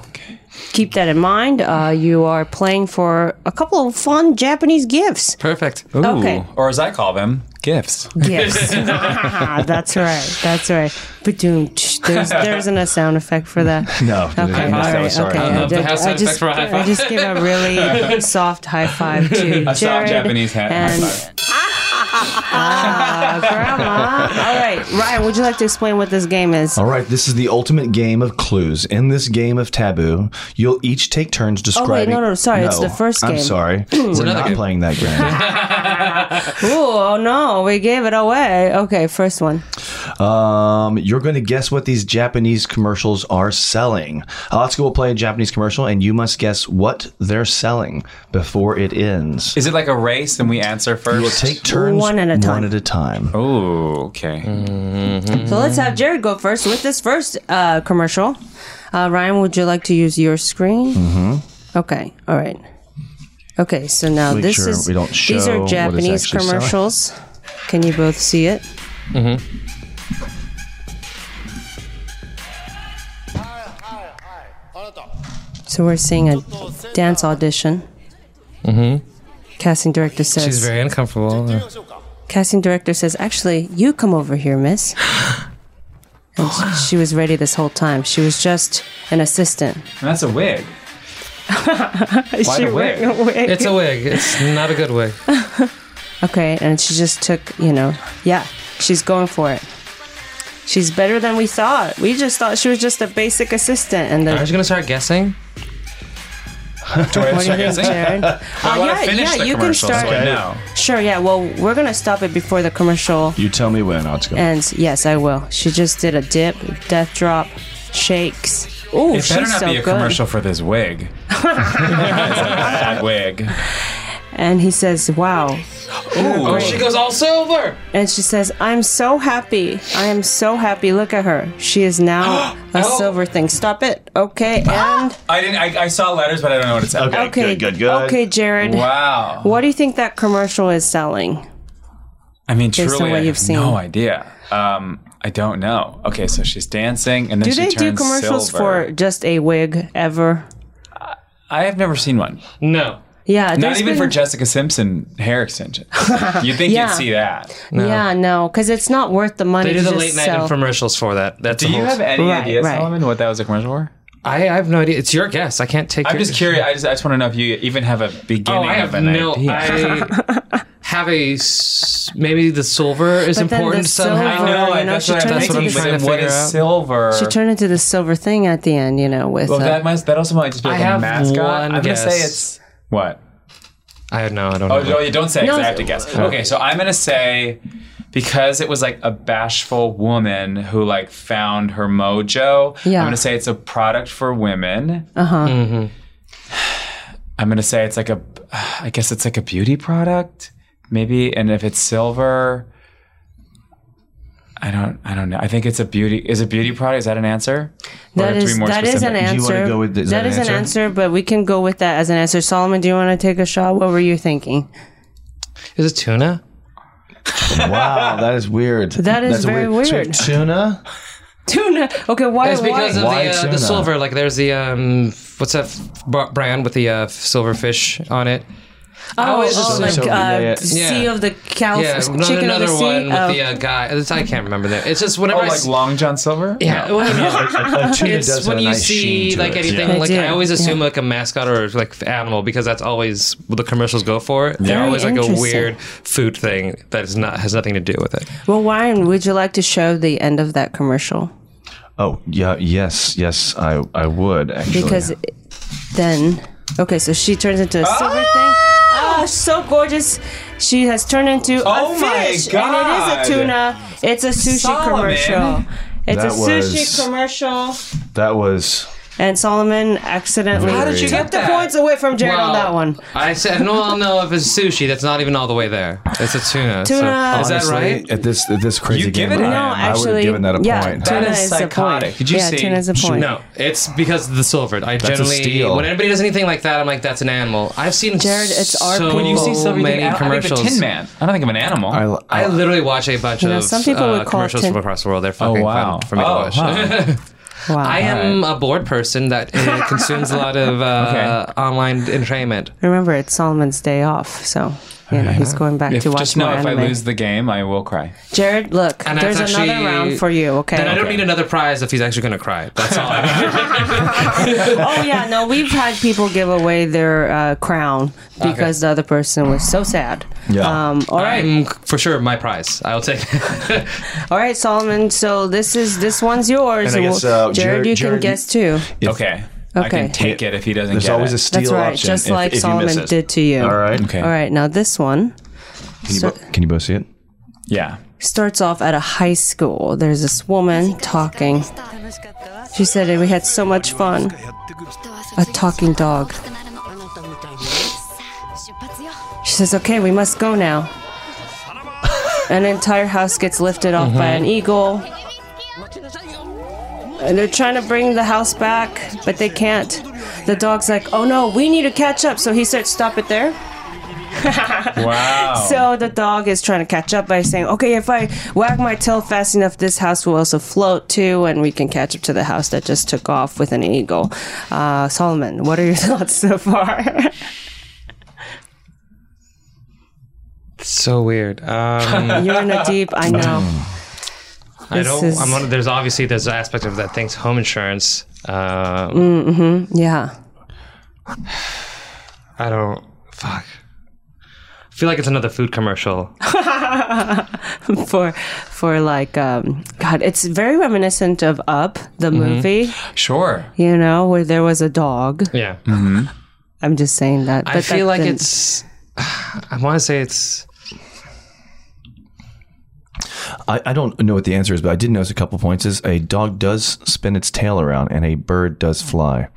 [SPEAKER 2] keep that in mind uh, you are playing for a couple of fun japanese gifts
[SPEAKER 3] Perfect.
[SPEAKER 4] Ooh,
[SPEAKER 2] Okay.
[SPEAKER 4] Or as I call them, gifts.
[SPEAKER 2] gifts <laughs> that's right that's right but there's, there isn't a sound effect for that
[SPEAKER 6] No.
[SPEAKER 2] Okay, all
[SPEAKER 6] no,
[SPEAKER 2] right,
[SPEAKER 6] sorry. Uh-huh.
[SPEAKER 2] okay.
[SPEAKER 3] love to
[SPEAKER 2] did-
[SPEAKER 3] have sound effects
[SPEAKER 2] just,
[SPEAKER 3] for a high
[SPEAKER 2] I
[SPEAKER 3] five.
[SPEAKER 2] just give a really soft high five to
[SPEAKER 4] A soft
[SPEAKER 2] Jared
[SPEAKER 4] Japanese hat.
[SPEAKER 2] and- <laughs> ah, grandma. All right, Ryan, would you like to explain what this game is?
[SPEAKER 6] All right, this is the ultimate game of clues. In this game of taboo, you'll each take turns describing.
[SPEAKER 2] Oh, no, no, sorry, it's the first
[SPEAKER 6] I'm
[SPEAKER 2] game. <clears throat>
[SPEAKER 6] sorry, we're
[SPEAKER 3] another
[SPEAKER 6] not
[SPEAKER 3] game.
[SPEAKER 6] playing that
[SPEAKER 2] <laughs>
[SPEAKER 6] game.
[SPEAKER 2] Ooh, oh no, we gave it away. Okay, first one.
[SPEAKER 6] um, you're going to guess what these Japanese commercials are selling. Alaska will play a Japanese commercial, and you must guess what they're selling before it ends.
[SPEAKER 4] Is it like a race and we answer first?
[SPEAKER 6] You'll take turns
[SPEAKER 2] One at a time.
[SPEAKER 6] One at
[SPEAKER 2] <laughs>
[SPEAKER 6] a time.
[SPEAKER 4] <laughs> Ooh, okay.
[SPEAKER 3] Mm.
[SPEAKER 2] So let's have Jared go first with this first uh, commercial. Uh, Ryan, would you like to use your screen? Mm-hmm. Okay, all right. Okay, so now
[SPEAKER 6] Make
[SPEAKER 2] this
[SPEAKER 6] sure
[SPEAKER 2] is
[SPEAKER 6] we don't
[SPEAKER 2] these
[SPEAKER 6] show
[SPEAKER 2] are
[SPEAKER 6] what it's
[SPEAKER 2] Japanese
[SPEAKER 6] actually selling.
[SPEAKER 2] commercials. Can you both see it?
[SPEAKER 3] Mm-hmm.
[SPEAKER 2] So we're seeing a dance audition. Mm-hmm. Casting director says.
[SPEAKER 3] She's very uncomfortable.
[SPEAKER 2] Casting director says, "Actually, you come over here, miss." And sh- she was ready this whole time. She was just an assistant.
[SPEAKER 4] And that's a wig.
[SPEAKER 2] she
[SPEAKER 4] the wig?
[SPEAKER 2] wearing a wig.
[SPEAKER 3] <laughs> It's a wig. It's not a good wig.
[SPEAKER 2] okay, and she just took, you know, yeah, she's going for it. She's better than we thought. We just thought she was just a basic assistant,
[SPEAKER 4] <laughs>
[SPEAKER 2] and
[SPEAKER 3] <laughs> Are
[SPEAKER 2] then
[SPEAKER 3] you gonna start guessing?
[SPEAKER 4] Do I
[SPEAKER 2] what do you think, Jared? Uh,
[SPEAKER 4] I want to finish the commercial, so I know.
[SPEAKER 2] Sure, yeah. Well, we're gonna stop it before the commercial
[SPEAKER 6] You tell me when, Alaska.
[SPEAKER 2] ends. Yes, I will. She just did a dip, death drop, shakes. Oh,
[SPEAKER 4] It
[SPEAKER 2] she's
[SPEAKER 4] better not
[SPEAKER 2] so
[SPEAKER 4] be a
[SPEAKER 2] good.
[SPEAKER 4] commercial for this wig.
[SPEAKER 2] <laughs>
[SPEAKER 4] it's a bad wig.
[SPEAKER 2] And he says, Wow.
[SPEAKER 3] Oh, she goes all silver.
[SPEAKER 2] And she says, I'm so happy. I am so happy. Look at her. She is now a
[SPEAKER 3] Oh.
[SPEAKER 2] silver thing. Stop it. Okay. And
[SPEAKER 4] I didn't. I, I saw letters, but I don't know what it said.
[SPEAKER 2] okay.
[SPEAKER 6] good, good, good.
[SPEAKER 2] Okay, Jared.
[SPEAKER 4] Wow.
[SPEAKER 2] What do you think that commercial is selling?
[SPEAKER 4] I mean,
[SPEAKER 2] on
[SPEAKER 4] truly, I
[SPEAKER 2] what
[SPEAKER 4] have
[SPEAKER 2] you've seen.
[SPEAKER 4] no idea. Um, I don't know. Okay, so she's dancing, and then
[SPEAKER 2] Do
[SPEAKER 4] she
[SPEAKER 2] they do
[SPEAKER 4] turns
[SPEAKER 2] commercials
[SPEAKER 4] silver.
[SPEAKER 2] for just a wig ever?
[SPEAKER 4] I have never seen one.
[SPEAKER 3] No.
[SPEAKER 2] Yeah.
[SPEAKER 4] Not
[SPEAKER 2] there's
[SPEAKER 4] even
[SPEAKER 2] been-
[SPEAKER 4] for Jessica Simpson
[SPEAKER 2] <laughs>
[SPEAKER 4] hair extension. you think
[SPEAKER 2] Yeah.
[SPEAKER 4] you'd see that?
[SPEAKER 2] Yeah, no, because it's not worth the money.
[SPEAKER 3] They
[SPEAKER 2] to
[SPEAKER 3] do the
[SPEAKER 2] just
[SPEAKER 3] late night
[SPEAKER 2] sell.
[SPEAKER 3] infomercials for that. That's
[SPEAKER 4] Do
[SPEAKER 3] the
[SPEAKER 4] you
[SPEAKER 3] whole-
[SPEAKER 4] have any
[SPEAKER 2] Right,
[SPEAKER 4] idea,
[SPEAKER 2] right.
[SPEAKER 4] Solomon, what that was a commercial for?
[SPEAKER 3] I, I have no idea. It's your guess. I can't take.
[SPEAKER 4] I'm
[SPEAKER 3] your-
[SPEAKER 4] just curious. I just, I just want to know if you even have a
[SPEAKER 3] Oh,
[SPEAKER 4] beginning
[SPEAKER 3] I have
[SPEAKER 4] of an
[SPEAKER 3] no.
[SPEAKER 4] idea.
[SPEAKER 3] I <laughs> have a s- maybe the silver is
[SPEAKER 2] But then the
[SPEAKER 3] important somehow.
[SPEAKER 2] silver- I know,
[SPEAKER 4] I-
[SPEAKER 2] you know, she
[SPEAKER 4] I'm
[SPEAKER 2] turned
[SPEAKER 3] into
[SPEAKER 4] thinking,
[SPEAKER 3] the-
[SPEAKER 4] but
[SPEAKER 3] trying to
[SPEAKER 4] what
[SPEAKER 3] figure
[SPEAKER 4] is
[SPEAKER 3] out.
[SPEAKER 4] silver?
[SPEAKER 2] She turned into the silver thing at the end, you know, with
[SPEAKER 4] Well,
[SPEAKER 2] uh,
[SPEAKER 4] that must. That also might just be
[SPEAKER 3] I
[SPEAKER 4] like a
[SPEAKER 3] have
[SPEAKER 4] mascot.
[SPEAKER 3] one
[SPEAKER 4] I'm gonna say
[SPEAKER 3] guess.
[SPEAKER 4] it's what?
[SPEAKER 3] I have no. I don't
[SPEAKER 4] Oh,
[SPEAKER 3] know.
[SPEAKER 4] no, you don't say. 'cause
[SPEAKER 2] No,
[SPEAKER 4] I have to guess.
[SPEAKER 3] Oh.
[SPEAKER 4] Okay, so I'm gonna say because it was like a bashful woman who like found her mojo.
[SPEAKER 2] Yeah. Uh-huh.
[SPEAKER 4] I'm gonna say it's a product for women. Uh huh.
[SPEAKER 3] Mm-hmm.
[SPEAKER 4] <sighs> I'm gonna say it's like a. <sighs> I guess it's like a beauty product, maybe. And if it's silver. I don't. I don't know. I think it's a beauty. Is it beauty product? Is that an answer? Or
[SPEAKER 2] That
[SPEAKER 4] have to be
[SPEAKER 2] is
[SPEAKER 4] more
[SPEAKER 2] that is an
[SPEAKER 4] specific?
[SPEAKER 6] Do you wanna
[SPEAKER 2] answer.
[SPEAKER 6] go with- is
[SPEAKER 2] that
[SPEAKER 6] that an
[SPEAKER 2] is an
[SPEAKER 6] answer?
[SPEAKER 2] answer, but we can go with that as an answer. Solomon, do you want to take a shot? What were you thinking?
[SPEAKER 3] Is it tuna?
[SPEAKER 6] Wow, that is weird.
[SPEAKER 2] That is
[SPEAKER 6] That's a
[SPEAKER 2] very
[SPEAKER 6] So
[SPEAKER 2] weird.
[SPEAKER 6] tuna.
[SPEAKER 2] Tuna. Okay, why?
[SPEAKER 3] It's because
[SPEAKER 2] why?
[SPEAKER 3] of
[SPEAKER 6] Why
[SPEAKER 3] the, uh,
[SPEAKER 6] tuna?
[SPEAKER 3] the silver. Like there's the um, what's that f- b- brand with the uh, silver fish on it? I
[SPEAKER 2] Oh,
[SPEAKER 3] always
[SPEAKER 2] oh,
[SPEAKER 3] assume-
[SPEAKER 2] like uh,
[SPEAKER 6] Yeah, yeah.
[SPEAKER 2] sea
[SPEAKER 3] Yeah.
[SPEAKER 2] of the cow,
[SPEAKER 3] yeah, not
[SPEAKER 2] chicken of
[SPEAKER 3] another
[SPEAKER 2] the sea.
[SPEAKER 3] one with
[SPEAKER 2] Oh.
[SPEAKER 3] the uh, guy. It's- I can't remember that. It's just whenever
[SPEAKER 4] Oh,
[SPEAKER 3] I
[SPEAKER 4] like
[SPEAKER 3] s-
[SPEAKER 4] Long John Silver?
[SPEAKER 3] <laughs> yeah, well,
[SPEAKER 6] <laughs> A tuna does
[SPEAKER 3] it's
[SPEAKER 6] have
[SPEAKER 3] when
[SPEAKER 6] a
[SPEAKER 3] you
[SPEAKER 6] nice
[SPEAKER 3] see
[SPEAKER 6] sheen to
[SPEAKER 3] like
[SPEAKER 6] it.
[SPEAKER 3] anything.
[SPEAKER 2] Yeah.
[SPEAKER 3] Like
[SPEAKER 2] They do,
[SPEAKER 3] I always assume
[SPEAKER 2] yeah.
[SPEAKER 3] like a mascot or like animal because that's always what the commercials go for. They're
[SPEAKER 2] Very
[SPEAKER 3] always like a
[SPEAKER 2] interesting.
[SPEAKER 3] weird food thing that is not has nothing to do with it.
[SPEAKER 2] Well, Warren, would you like to show the end of that commercial?
[SPEAKER 6] Oh yeah, yes, yes, I I would actually.
[SPEAKER 2] Because it- then, okay, so she turns into a silver thing. Oh, so gorgeous. She has turned into
[SPEAKER 4] Oh
[SPEAKER 2] a
[SPEAKER 4] my
[SPEAKER 2] fish.
[SPEAKER 4] God.
[SPEAKER 2] And it is a tuna. It's a sushi
[SPEAKER 4] Solomon.
[SPEAKER 2] commercial. It's
[SPEAKER 6] That
[SPEAKER 2] a sushi
[SPEAKER 6] was-
[SPEAKER 2] commercial.
[SPEAKER 6] that was
[SPEAKER 2] And Solomon accidentally
[SPEAKER 6] How did you
[SPEAKER 2] took
[SPEAKER 4] get
[SPEAKER 2] the
[SPEAKER 4] that?
[SPEAKER 2] points away from Jared on
[SPEAKER 3] Well,
[SPEAKER 2] that one.
[SPEAKER 3] I said, no, well, no, if it's sushi, that's not even all the way there. It's a tuna. so-
[SPEAKER 2] Tuna.
[SPEAKER 3] is that
[SPEAKER 6] honestly,
[SPEAKER 3] right?
[SPEAKER 6] At this at this crazy
[SPEAKER 4] You give
[SPEAKER 6] game,
[SPEAKER 4] it
[SPEAKER 6] I,
[SPEAKER 4] a-
[SPEAKER 2] No,
[SPEAKER 4] am.
[SPEAKER 6] I would
[SPEAKER 2] actually,
[SPEAKER 6] have given that a
[SPEAKER 2] yeah,
[SPEAKER 6] point.
[SPEAKER 2] Tuna
[SPEAKER 4] That is
[SPEAKER 2] is a
[SPEAKER 4] psychotic.
[SPEAKER 2] point.
[SPEAKER 4] Did you
[SPEAKER 2] yeah,
[SPEAKER 4] see?
[SPEAKER 2] tuna is a point.
[SPEAKER 3] No, it's because of the silvered. I
[SPEAKER 6] a
[SPEAKER 3] generally,
[SPEAKER 6] steal.
[SPEAKER 3] when anybody does anything like that, I'm like, that's an animal. I've seen
[SPEAKER 2] Jared, it's our
[SPEAKER 3] so
[SPEAKER 2] people. When you see
[SPEAKER 3] so
[SPEAKER 2] silver,
[SPEAKER 3] many commercials.
[SPEAKER 4] I think of Tin Man. I don't think of an animal.
[SPEAKER 6] I, I,
[SPEAKER 3] I literally watch a bunch
[SPEAKER 2] know,
[SPEAKER 3] of
[SPEAKER 2] some people
[SPEAKER 3] uh,
[SPEAKER 2] would call it
[SPEAKER 3] commercials
[SPEAKER 2] tin-
[SPEAKER 3] from across the world. They're fucking
[SPEAKER 4] Oh, wow.
[SPEAKER 3] fun for me to
[SPEAKER 4] Oh,
[SPEAKER 3] watch.
[SPEAKER 4] wow.
[SPEAKER 2] Wow.
[SPEAKER 3] <laughs> I am a bored person that
[SPEAKER 2] <laughs>
[SPEAKER 3] uh, consumes a lot of uh, online entertainment.
[SPEAKER 2] Remember, it's Solomon's day off, so you know he's going back
[SPEAKER 4] <laughs> if,
[SPEAKER 2] to watch
[SPEAKER 4] just
[SPEAKER 2] more
[SPEAKER 4] know if
[SPEAKER 2] anime.
[SPEAKER 4] I lose the game, I will cry.
[SPEAKER 2] Jared, look,
[SPEAKER 3] And that's
[SPEAKER 2] there's another
[SPEAKER 3] actually-
[SPEAKER 2] round for you. Okay.
[SPEAKER 3] Then I don't need another prize if he's actually going to cry. That's all. I
[SPEAKER 2] oh yeah, no, we've had people give away their uh, crown because the other person was so sad.
[SPEAKER 6] Yeah.
[SPEAKER 2] Um, all right,
[SPEAKER 3] I'm for sure my prize. I'll take.
[SPEAKER 2] <laughs> all right, Solomon. So this is this one's yours.
[SPEAKER 6] And I
[SPEAKER 2] and
[SPEAKER 6] guess,
[SPEAKER 2] we'll-
[SPEAKER 6] uh,
[SPEAKER 2] Jared,
[SPEAKER 6] Jared-
[SPEAKER 2] you
[SPEAKER 6] Jared,
[SPEAKER 2] can guess too.
[SPEAKER 4] okay. I
[SPEAKER 2] Okay.
[SPEAKER 4] can take it if he doesn't
[SPEAKER 6] there's
[SPEAKER 4] get
[SPEAKER 6] always
[SPEAKER 4] it.
[SPEAKER 6] a steal
[SPEAKER 2] That's right,
[SPEAKER 6] option
[SPEAKER 2] just
[SPEAKER 6] if-
[SPEAKER 2] like
[SPEAKER 6] if you miss
[SPEAKER 2] Solomon
[SPEAKER 6] it.
[SPEAKER 2] did to you.
[SPEAKER 6] All right.
[SPEAKER 4] Okay.
[SPEAKER 2] All right, now this one
[SPEAKER 6] Can you, bo- can you both see it?
[SPEAKER 4] Yeah. <laughs>
[SPEAKER 2] starts off at a high school. There's this woman talking. She said we had so much fun. A talking dog. She says, "Okay, we must go now." An entire house gets lifted off by an eagle. And they're trying to bring the house back, but they can't. The dog's like, "Oh no, we need to catch up." So he said, "Stop it there."
[SPEAKER 4] Wow.
[SPEAKER 3] Oh.
[SPEAKER 2] So the dog is trying to catch up by saying, "Okay, if I wag my tail fast enough, this house will also float too, and we can catch up to the house that just took off with an eagle." Uh, Solomon, what are your <laughs> thoughts so far?
[SPEAKER 3] so weird. Um,
[SPEAKER 2] You're in a deep. I know.
[SPEAKER 3] <laughs> I
[SPEAKER 2] This
[SPEAKER 3] don't.
[SPEAKER 2] is-
[SPEAKER 3] I'm on, there's obviously there's an aspect of that thing's home insurance. Um,
[SPEAKER 2] Yeah.
[SPEAKER 3] I don't. Fuck. I feel like it's another food commercial.
[SPEAKER 2] For for like um, God, it's very reminiscent of Up, the
[SPEAKER 3] Mm-hmm.
[SPEAKER 2] movie.
[SPEAKER 3] Sure.
[SPEAKER 2] You know, where there was a dog.
[SPEAKER 3] Yeah.
[SPEAKER 6] <laughs> Mm-hmm.
[SPEAKER 2] I'm just saying that.
[SPEAKER 3] I feel
[SPEAKER 2] that
[SPEAKER 3] like
[SPEAKER 2] didn't-
[SPEAKER 3] it's. I want to say it's.
[SPEAKER 6] I, I don't know what the answer is, but I did notice a couple points. Is a dog does spin its tail around and a bird does fly.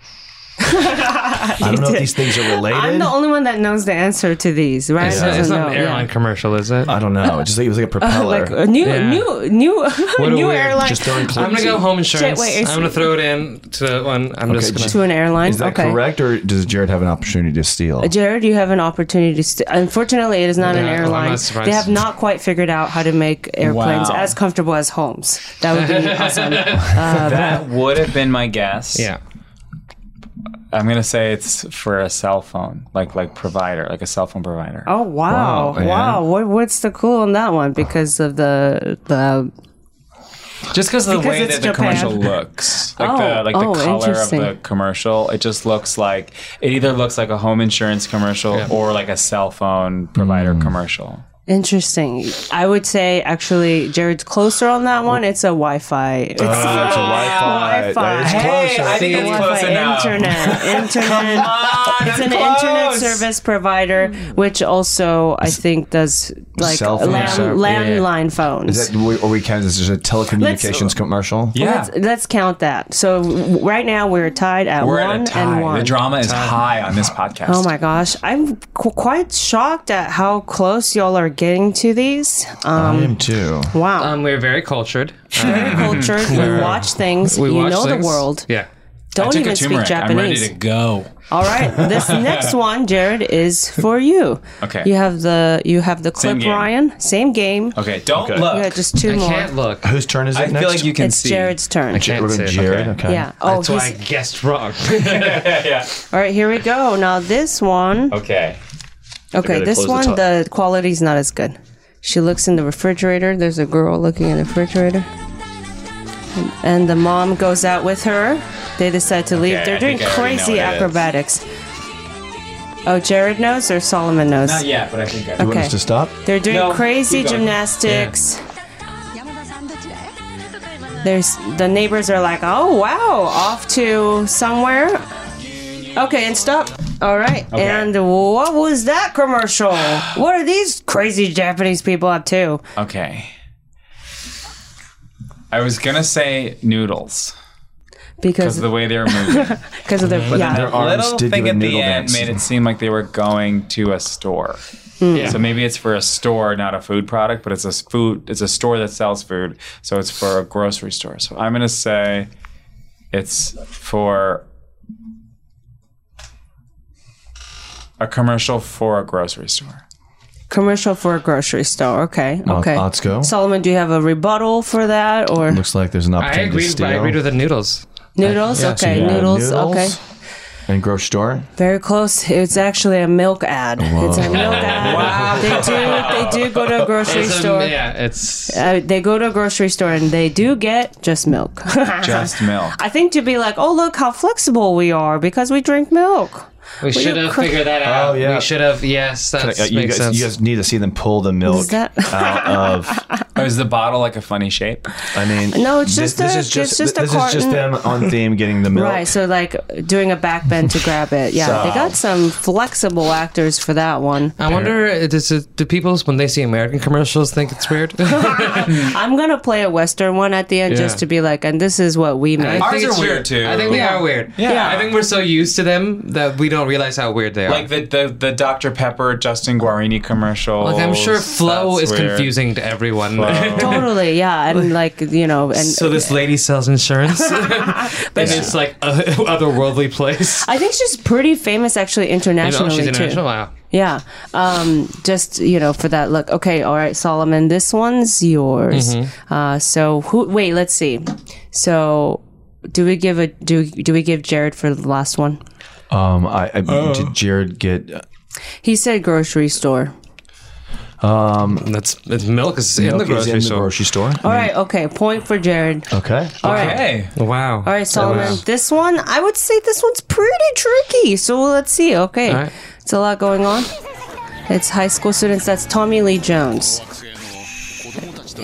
[SPEAKER 6] I don't know if these things are related.
[SPEAKER 2] I'm the only one that knows the answer to these, right?
[SPEAKER 3] It's,
[SPEAKER 2] Doesn't
[SPEAKER 3] it's not an
[SPEAKER 2] know, yeah.
[SPEAKER 3] airline commercial, is it?
[SPEAKER 6] I don't know. It's just like it was like a propeller.
[SPEAKER 2] like a new,
[SPEAKER 3] Yeah.
[SPEAKER 2] new, new, <laughs>
[SPEAKER 3] a
[SPEAKER 2] new
[SPEAKER 3] weird-
[SPEAKER 2] airline
[SPEAKER 6] just throwing
[SPEAKER 3] I'm gonna go home insurance.
[SPEAKER 2] wait, is-
[SPEAKER 3] I'm gonna throw it in to the one. I'm just gonna.
[SPEAKER 6] just-
[SPEAKER 2] to an airline.
[SPEAKER 6] Is that
[SPEAKER 2] okay.
[SPEAKER 6] correct, or does Jared have an opportunity to steal?
[SPEAKER 2] Jared, you have an opportunity to. St- Unfortunately, it is not an
[SPEAKER 3] Yeah, well, I'm
[SPEAKER 2] airline.
[SPEAKER 3] not surprised.
[SPEAKER 2] they have not quite figured out how to make airplanes
[SPEAKER 4] Wow.
[SPEAKER 2] as comfortable as homes. That would be awesome.
[SPEAKER 4] that would have been my guess.
[SPEAKER 3] yeah.
[SPEAKER 4] I'm gonna say it's for a cell phone, like like provider, like a cell phone provider.
[SPEAKER 2] Oh wow,
[SPEAKER 6] Wow, yeah.
[SPEAKER 2] wow! What, what's the clue on that one? Because of the the
[SPEAKER 4] Just because of the
[SPEAKER 2] Because
[SPEAKER 4] way
[SPEAKER 2] it's
[SPEAKER 4] that the
[SPEAKER 2] Japan.
[SPEAKER 4] commercial looks, like
[SPEAKER 2] Oh,
[SPEAKER 4] the like the
[SPEAKER 2] oh,
[SPEAKER 4] color of
[SPEAKER 2] interesting.
[SPEAKER 4] the commercial, it just looks like it either looks like a home insurance commercial or like a cell phone provider commercial.
[SPEAKER 2] interesting. I would say actually, Jared's closer on that one. It's a Wi-Fi. It's
[SPEAKER 6] Oh, it's a Wi-Fi. That is
[SPEAKER 2] Wi-Fi.
[SPEAKER 6] closer.
[SPEAKER 4] I think it's close enough.
[SPEAKER 2] internet, internet. it's an internet service provider, which also I think does like
[SPEAKER 6] Cell phone
[SPEAKER 2] land-
[SPEAKER 6] service.
[SPEAKER 2] landline phones.
[SPEAKER 6] Is that are we counting this as a telecommunications commercial?
[SPEAKER 4] Yeah,
[SPEAKER 2] let's, let's count that. So w- right now we're tied at
[SPEAKER 4] we're
[SPEAKER 2] one
[SPEAKER 4] at a
[SPEAKER 2] and
[SPEAKER 4] tie.
[SPEAKER 2] one.
[SPEAKER 4] The drama is high on this podcast.
[SPEAKER 2] Oh my gosh, I'm qu- quite shocked at how close y'all are getting to these. Um,
[SPEAKER 6] I am too.
[SPEAKER 2] wow,
[SPEAKER 3] Um, we're very
[SPEAKER 2] <laughs>
[SPEAKER 3] cultured. Uh,
[SPEAKER 2] very
[SPEAKER 4] <laughs>
[SPEAKER 2] cultured. You watch things.
[SPEAKER 3] We
[SPEAKER 2] you
[SPEAKER 3] watch
[SPEAKER 2] know
[SPEAKER 3] things.
[SPEAKER 2] the world.
[SPEAKER 3] Yeah.
[SPEAKER 4] I
[SPEAKER 2] Don't
[SPEAKER 4] took
[SPEAKER 2] even
[SPEAKER 4] a
[SPEAKER 2] speak
[SPEAKER 4] turmeric.
[SPEAKER 2] Japanese.
[SPEAKER 4] I'm ready to go.
[SPEAKER 2] All
[SPEAKER 4] <laughs>
[SPEAKER 2] right, this next one, Jared, is for you.
[SPEAKER 4] Okay.
[SPEAKER 2] You have the you have the clip,
[SPEAKER 4] Same game.
[SPEAKER 2] Ryan. Same game.
[SPEAKER 4] Okay, don't
[SPEAKER 2] You got
[SPEAKER 4] look.
[SPEAKER 2] just two
[SPEAKER 3] I
[SPEAKER 2] more.
[SPEAKER 3] can't look.
[SPEAKER 6] Whose turn is it
[SPEAKER 4] I
[SPEAKER 6] next?
[SPEAKER 4] feel like you can
[SPEAKER 2] it's
[SPEAKER 4] see.
[SPEAKER 2] Jared's turn.
[SPEAKER 3] can't
[SPEAKER 6] We're
[SPEAKER 3] see
[SPEAKER 6] going
[SPEAKER 3] it.
[SPEAKER 6] Jared. Okay.
[SPEAKER 2] Yeah. Oh,
[SPEAKER 3] That's why I
[SPEAKER 2] he's-
[SPEAKER 6] <laughs>
[SPEAKER 3] guessed wrong.
[SPEAKER 2] all right. Here we go. Now this one.
[SPEAKER 4] Okay.
[SPEAKER 2] Okay,
[SPEAKER 8] they
[SPEAKER 2] this
[SPEAKER 8] close the
[SPEAKER 2] one,
[SPEAKER 8] top.
[SPEAKER 2] the, quality's not as good. She looks in the refrigerator. There's a girl looking in the refrigerator. And the mom goes out with her. They decide to leave.
[SPEAKER 8] Okay,
[SPEAKER 2] They're
[SPEAKER 8] I
[SPEAKER 2] doing
[SPEAKER 8] think I already know
[SPEAKER 2] crazy
[SPEAKER 8] what it is.
[SPEAKER 2] acrobatics. Oh, Jared knows or Solomon knows?
[SPEAKER 4] Not yet, but I think I
[SPEAKER 6] You want us to stop?
[SPEAKER 2] They're doing
[SPEAKER 4] No,
[SPEAKER 2] crazy
[SPEAKER 4] keep going.
[SPEAKER 2] gymnastics. There's the neighbors are like, oh wow, off to somewhere. Okay, and stop. All right,
[SPEAKER 8] Okay.
[SPEAKER 2] and what was that commercial? what are these crazy Japanese people up to?
[SPEAKER 4] Okay. I was gonna say noodles because
[SPEAKER 2] Because
[SPEAKER 4] of the way they were moving.
[SPEAKER 2] because of their yeah.
[SPEAKER 6] their arms
[SPEAKER 4] little
[SPEAKER 6] did
[SPEAKER 4] thing
[SPEAKER 6] give a
[SPEAKER 4] at the
[SPEAKER 6] noodle
[SPEAKER 4] end
[SPEAKER 6] dance.
[SPEAKER 4] made it seem like they were going to a store.
[SPEAKER 3] Hmm.
[SPEAKER 4] So maybe it's for a store, not a food product, but it's a food. It's a store that sells food, so it's for a grocery store. So I'm gonna say it's for a commercial for a grocery store.
[SPEAKER 2] commercial for a grocery store. Okay, okay.
[SPEAKER 6] Otsko?
[SPEAKER 2] Solomon, do you have a rebuttal for that or
[SPEAKER 6] Looks like there's an
[SPEAKER 3] I
[SPEAKER 6] opportunity to
[SPEAKER 3] agreed.
[SPEAKER 6] steal.
[SPEAKER 3] I agreed with the noodles.
[SPEAKER 2] noodles?
[SPEAKER 3] Yeah, so
[SPEAKER 2] okay,
[SPEAKER 6] Yeah,
[SPEAKER 2] noodles. Okay,
[SPEAKER 6] And grocery store.
[SPEAKER 2] very close. It's actually a milk ad. It's a milk ad. They do. They do go to a grocery
[SPEAKER 3] It's a-
[SPEAKER 2] store.
[SPEAKER 3] yeah, it's
[SPEAKER 2] uh, they go to a grocery store and they do get just milk. <laughs>
[SPEAKER 4] Just milk.
[SPEAKER 2] I think to be like, oh look how flexible we are because we drink milk.
[SPEAKER 3] we should have
[SPEAKER 2] cr-
[SPEAKER 3] figured that out.
[SPEAKER 6] Oh, yeah.
[SPEAKER 3] We should have. Yes, that
[SPEAKER 6] Uh, you,
[SPEAKER 3] makes
[SPEAKER 6] guys,
[SPEAKER 3] sense.
[SPEAKER 6] you guys need to see them pull the milk
[SPEAKER 2] Is that- <laughs>
[SPEAKER 3] Uh,
[SPEAKER 6] out of.
[SPEAKER 4] Oh, is the bottle like a funny shape?
[SPEAKER 6] I mean,
[SPEAKER 2] <laughs> No, it's just a- it's just a
[SPEAKER 6] this is just
[SPEAKER 2] carton.
[SPEAKER 6] them on
[SPEAKER 2] <laughs>
[SPEAKER 6] theme getting the milk.
[SPEAKER 2] Right, so like doing a backbend to grab it. Yeah, they got some flexible actors for that one.
[SPEAKER 3] I wonder, uh, does it, do people when they see American commercials think it's weird?
[SPEAKER 2] I'm gonna play a western one at the end
[SPEAKER 3] Yeah.
[SPEAKER 2] just to be like, and this is what we make.
[SPEAKER 4] Ours
[SPEAKER 3] it's
[SPEAKER 4] are weird, too.
[SPEAKER 3] I think they
[SPEAKER 4] Yeah.
[SPEAKER 3] are weird.
[SPEAKER 4] Yeah.
[SPEAKER 3] I think we're so used to them that we don't realize how weird they are.
[SPEAKER 4] Like the, the the Dr Pepper Justin Guarini commercial.
[SPEAKER 3] Like, I'm sure flow is confusing to everyone.
[SPEAKER 4] Oh.
[SPEAKER 2] Totally, yeah, and like you know, and
[SPEAKER 3] so this <laughs> lady
[SPEAKER 2] <laughs>
[SPEAKER 3] sells insurance, <laughs> but it's like a <laughs> otherworldly place.
[SPEAKER 2] I think she's pretty famous actually
[SPEAKER 3] You know,
[SPEAKER 2] internationally
[SPEAKER 3] she's
[SPEAKER 2] too.
[SPEAKER 3] international. Wow.
[SPEAKER 2] Yeah. Um, just, you know, for that look. Okay. All right, Solomon, this one's yours. Uh, so who, wait, let's see. So do we give a, do, do we give Jared for the last one?
[SPEAKER 6] Um, I, I did Jared get?
[SPEAKER 2] He said grocery store.
[SPEAKER 3] That's it's milk is in
[SPEAKER 6] milk
[SPEAKER 3] the
[SPEAKER 6] is
[SPEAKER 3] grocery
[SPEAKER 6] in the
[SPEAKER 3] store.
[SPEAKER 6] grocery store.
[SPEAKER 2] All right. Okay. Point for Jared.
[SPEAKER 6] Okay.
[SPEAKER 2] All right.
[SPEAKER 4] Hey,
[SPEAKER 3] Wow.
[SPEAKER 2] All right, Solomon. This one, I would say this one's pretty tricky. So let's see. Okay,
[SPEAKER 3] All right.
[SPEAKER 2] it's a lot going on. It's high school students. That's Tommy Lee Jones.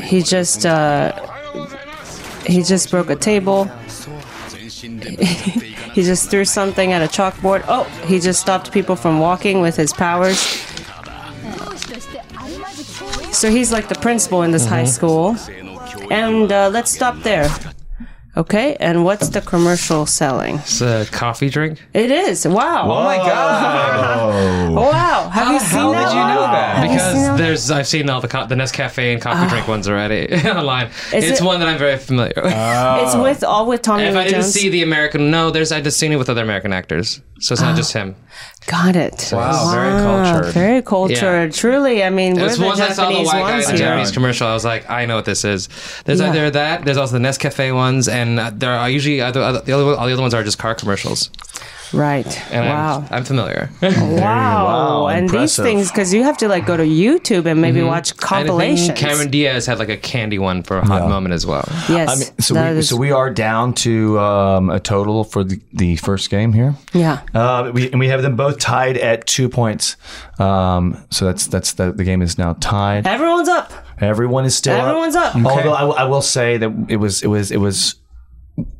[SPEAKER 2] He just uh, he just broke a table. <laughs> he just threw something at a chalkboard. Oh, he just stopped people from walking with his powers. So he's like the principal in this high
[SPEAKER 3] Mm-hmm.
[SPEAKER 2] school. And uh, let's stop there. Okay, and what's the commercial selling?
[SPEAKER 3] It's a coffee drink.
[SPEAKER 2] It is. Wow.
[SPEAKER 6] Oh my god.
[SPEAKER 2] Wow. Have you seen
[SPEAKER 4] how
[SPEAKER 2] that?
[SPEAKER 4] did you know that?
[SPEAKER 3] Because there's, I've seen all the co- the Nescafe and coffee drink ones already <laughs> online.
[SPEAKER 2] Ah. Is
[SPEAKER 3] it's
[SPEAKER 2] it- Ah.
[SPEAKER 3] one that I'm very familiar with.
[SPEAKER 2] It's with all with Tommy
[SPEAKER 3] if
[SPEAKER 2] Lee
[SPEAKER 3] I didn't
[SPEAKER 2] Jones.
[SPEAKER 3] see the American, no, there's I just seen it with other American actors, so it's not just
[SPEAKER 2] Ah.
[SPEAKER 3] him.
[SPEAKER 2] Got it.
[SPEAKER 4] Wow, very cultured.
[SPEAKER 2] Very cultured. Truly, I mean, we're
[SPEAKER 3] It's
[SPEAKER 2] the
[SPEAKER 3] once I saw the
[SPEAKER 2] Japanese
[SPEAKER 3] white guy in
[SPEAKER 2] ones
[SPEAKER 3] the
[SPEAKER 2] here.
[SPEAKER 3] Japanese commercial, I was like, I know what this is. There's
[SPEAKER 2] Yeah.
[SPEAKER 3] either that, there's also the Nescafe ones, and uh, there are usually other, other the other all the other ones are just car commercials.
[SPEAKER 2] Right.
[SPEAKER 3] And
[SPEAKER 2] wow.
[SPEAKER 3] I'm,
[SPEAKER 2] <laughs>
[SPEAKER 3] I'm familiar.
[SPEAKER 2] wow.
[SPEAKER 6] wow,
[SPEAKER 2] And
[SPEAKER 6] impressive.
[SPEAKER 2] these things, because you have to like go to YouTube and maybe watch
[SPEAKER 3] Mm-hmm. And I think
[SPEAKER 2] compilations.
[SPEAKER 3] Cameron Diaz had like a candy one for a hot moment as well.
[SPEAKER 2] yes.
[SPEAKER 6] I mean, so
[SPEAKER 2] that
[SPEAKER 6] we,
[SPEAKER 2] is-
[SPEAKER 6] so we are down to um, a total for the, the first game here.
[SPEAKER 2] yeah.
[SPEAKER 6] Uh, we, and we have them both tied at two points. Um, so that's that's the, the game is now tied.
[SPEAKER 2] Everyone's up.
[SPEAKER 6] Everyone is still
[SPEAKER 2] Everyone's up. Okay.
[SPEAKER 6] Although I, will- I will say that it was it was it was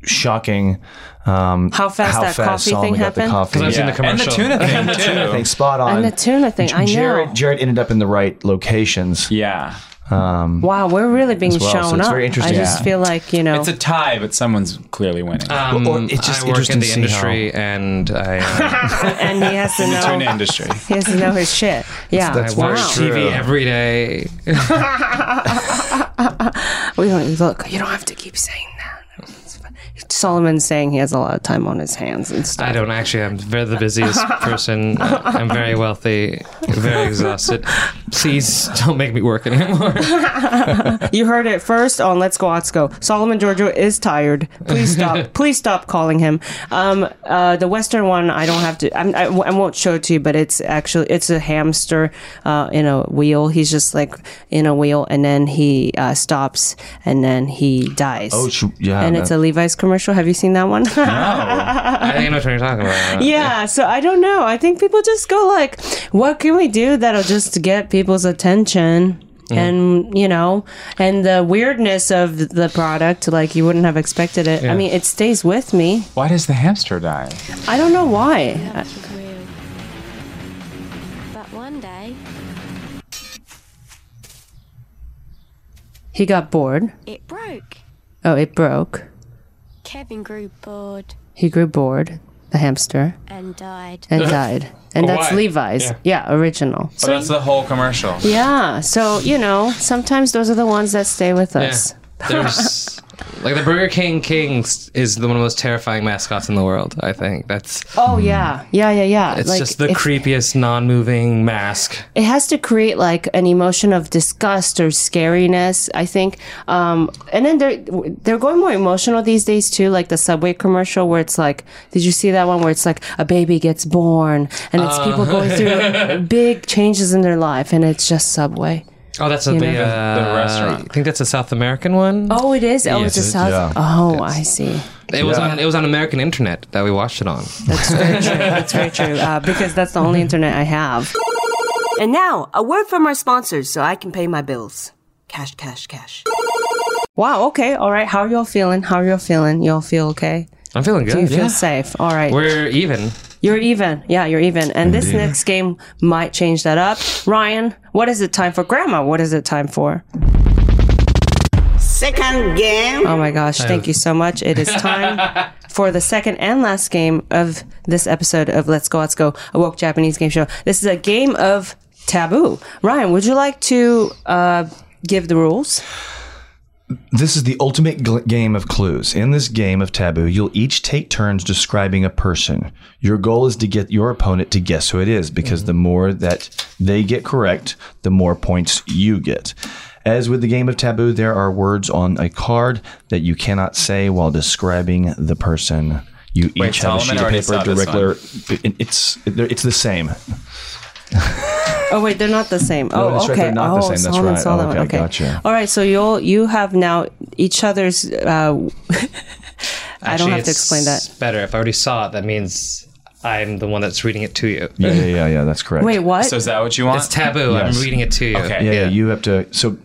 [SPEAKER 6] shocking um,
[SPEAKER 2] How fast that coffee
[SPEAKER 6] Solomon
[SPEAKER 2] thing
[SPEAKER 6] got the
[SPEAKER 2] happened?
[SPEAKER 6] coffee.
[SPEAKER 3] I've seen the
[SPEAKER 4] <laughs> and the
[SPEAKER 3] commercial.
[SPEAKER 4] tuna thing
[SPEAKER 6] I
[SPEAKER 4] too.
[SPEAKER 6] think spot on.
[SPEAKER 2] And the tuna thing. I know.
[SPEAKER 6] Jared, Jared ended up in the right locations.
[SPEAKER 4] yeah,
[SPEAKER 2] wow, we're really being
[SPEAKER 6] As well, so
[SPEAKER 2] shown
[SPEAKER 6] it's
[SPEAKER 2] up.
[SPEAKER 6] very interesting.
[SPEAKER 2] I just
[SPEAKER 4] Yeah.
[SPEAKER 2] feel like, you know.
[SPEAKER 4] it's a tie, but someone's clearly winning.
[SPEAKER 3] Um,
[SPEAKER 6] Or- or it's just
[SPEAKER 3] I work
[SPEAKER 6] interesting
[SPEAKER 3] in
[SPEAKER 6] to
[SPEAKER 3] the
[SPEAKER 6] see
[SPEAKER 3] industry, and I, um,
[SPEAKER 2] and he has to
[SPEAKER 4] the
[SPEAKER 2] know.
[SPEAKER 4] tuna industry.
[SPEAKER 2] He has to know his shit. Yeah.
[SPEAKER 3] I watch
[SPEAKER 2] wow.
[SPEAKER 3] TV every day.
[SPEAKER 2] We don't, look, you don't have to keep saying that. It's fine. Solomon's saying he has a lot of time on his hands and stuff.
[SPEAKER 3] I
[SPEAKER 2] <laughs>
[SPEAKER 3] don't actually. I'm very the busiest person. I'm very wealthy. Very exhausted. Please don't make me work anymore.
[SPEAKER 2] You heard it first on Let's Go Otsko. Solomon Giorgio is tired. Please stop. Please stop calling him. Um, uh, the Western one, I don't have to. I'm, I, I won't show it to you, but it's actually it's a hamster uh, in a wheel. He's just like in a wheel, and then he uh, stops, and then he dies.
[SPEAKER 6] Oh, sh- yeah,
[SPEAKER 2] And
[SPEAKER 6] that-
[SPEAKER 2] it's a Levi's commercial. Have you seen that one?
[SPEAKER 3] I think I know what you're talking about.
[SPEAKER 2] yeah so i don't know i think people just go like what can we do that'll just get people's attention and you know and the weirdness of the product like you wouldn't have expected it i mean it stays with me
[SPEAKER 4] <laughs> Why does the hamster die?
[SPEAKER 2] i don't know why
[SPEAKER 8] But one day,
[SPEAKER 2] he got bored
[SPEAKER 8] it broke.
[SPEAKER 2] oh it broke
[SPEAKER 8] Kevin grew bored
[SPEAKER 2] he grew bored the hamster
[SPEAKER 8] and died.
[SPEAKER 2] <laughs> and died and that's
[SPEAKER 3] Why?
[SPEAKER 2] levi's yeah, original
[SPEAKER 4] But that's the whole commercial.
[SPEAKER 2] yeah so you know sometimes those are the ones that stay with us
[SPEAKER 3] There's like the Burger King Kings is the one of the most terrifying mascots in the world. I think that's
[SPEAKER 2] oh yeah yeah yeah yeah
[SPEAKER 3] it's
[SPEAKER 2] Like,
[SPEAKER 3] just the
[SPEAKER 2] if-
[SPEAKER 3] creepiest non-moving mask.
[SPEAKER 2] it has to create like an emotion of disgust or scariness i think um, and then they're they're going more emotional these days too like the subway commercial where it's like did you see that one where it's like a baby gets born and it's people
[SPEAKER 3] Uh.
[SPEAKER 2] going
[SPEAKER 3] <laughs>
[SPEAKER 2] through big changes in their life and it's just subway
[SPEAKER 3] Oh, that's a,
[SPEAKER 2] You
[SPEAKER 3] the,
[SPEAKER 2] know?
[SPEAKER 3] uh,
[SPEAKER 4] The restaurant.
[SPEAKER 3] I think that's a South American one.
[SPEAKER 2] oh it is oh
[SPEAKER 3] Yes,
[SPEAKER 2] it's a
[SPEAKER 3] it-
[SPEAKER 2] south
[SPEAKER 6] yeah.
[SPEAKER 2] oh i see
[SPEAKER 3] it was on it was on American internet that we watched it on.
[SPEAKER 2] that's very true that's very true uh, because that's the only internet i have
[SPEAKER 5] And now, a word from our sponsors so I can pay my bills. Cash, cash, cash.
[SPEAKER 2] wow okay all right how are y'all feeling how are y'all feeling y'all feel okay
[SPEAKER 3] I'm feeling good.
[SPEAKER 2] do you feel
[SPEAKER 3] Yeah.
[SPEAKER 2] safe all right.
[SPEAKER 3] We're even.
[SPEAKER 2] You're even. Yeah, you're even. And this next game might change that up. Ryan, what is it time for? Grandma, what is it time for?
[SPEAKER 7] Second game.
[SPEAKER 2] Oh my gosh, thank you so much. It is
[SPEAKER 3] <laughs>
[SPEAKER 2] time for the second and last game of this episode of Let's Go, Let's Go, a woke Japanese game show. This is a game of taboo. Ryan, would you like to uh, give the rules?
[SPEAKER 6] This is the ultimate gl- game of clues. In this game of taboo, you'll each take turns describing a person. Your goal is to get your opponent to guess who it is because
[SPEAKER 4] Mm-hmm.
[SPEAKER 6] the more that they get correct, the more points you get. As with the game of taboo, there are words on a card that you cannot say while describing the person. You
[SPEAKER 4] Wait,
[SPEAKER 6] each have
[SPEAKER 4] Solomon
[SPEAKER 6] a
[SPEAKER 4] already
[SPEAKER 6] sheet of paper
[SPEAKER 4] saw this
[SPEAKER 6] directly. it- It's it's
[SPEAKER 4] <laughs>
[SPEAKER 6] the same.
[SPEAKER 2] Oh wait, they're not the same. Oh,
[SPEAKER 6] that's
[SPEAKER 2] okay.
[SPEAKER 6] right, they're not
[SPEAKER 2] oh,
[SPEAKER 6] the same. That's
[SPEAKER 2] Solomon
[SPEAKER 6] right.
[SPEAKER 2] saw
[SPEAKER 6] Oh,
[SPEAKER 2] that one.
[SPEAKER 6] okay, gotcha.
[SPEAKER 2] All right, so you'll you have now each other's. Uh, I don't
[SPEAKER 3] Actually,
[SPEAKER 2] have to
[SPEAKER 3] it's
[SPEAKER 2] explain that.
[SPEAKER 3] Better if I already saw it. That means I'm the one that's reading it to you.
[SPEAKER 6] Yeah, yeah, yeah, yeah. That's correct.
[SPEAKER 2] Wait, what?
[SPEAKER 4] So is that what you want?
[SPEAKER 3] It's taboo.
[SPEAKER 6] Yes.
[SPEAKER 3] I'm reading it to you.
[SPEAKER 4] Okay.
[SPEAKER 6] yeah, yeah, you have to so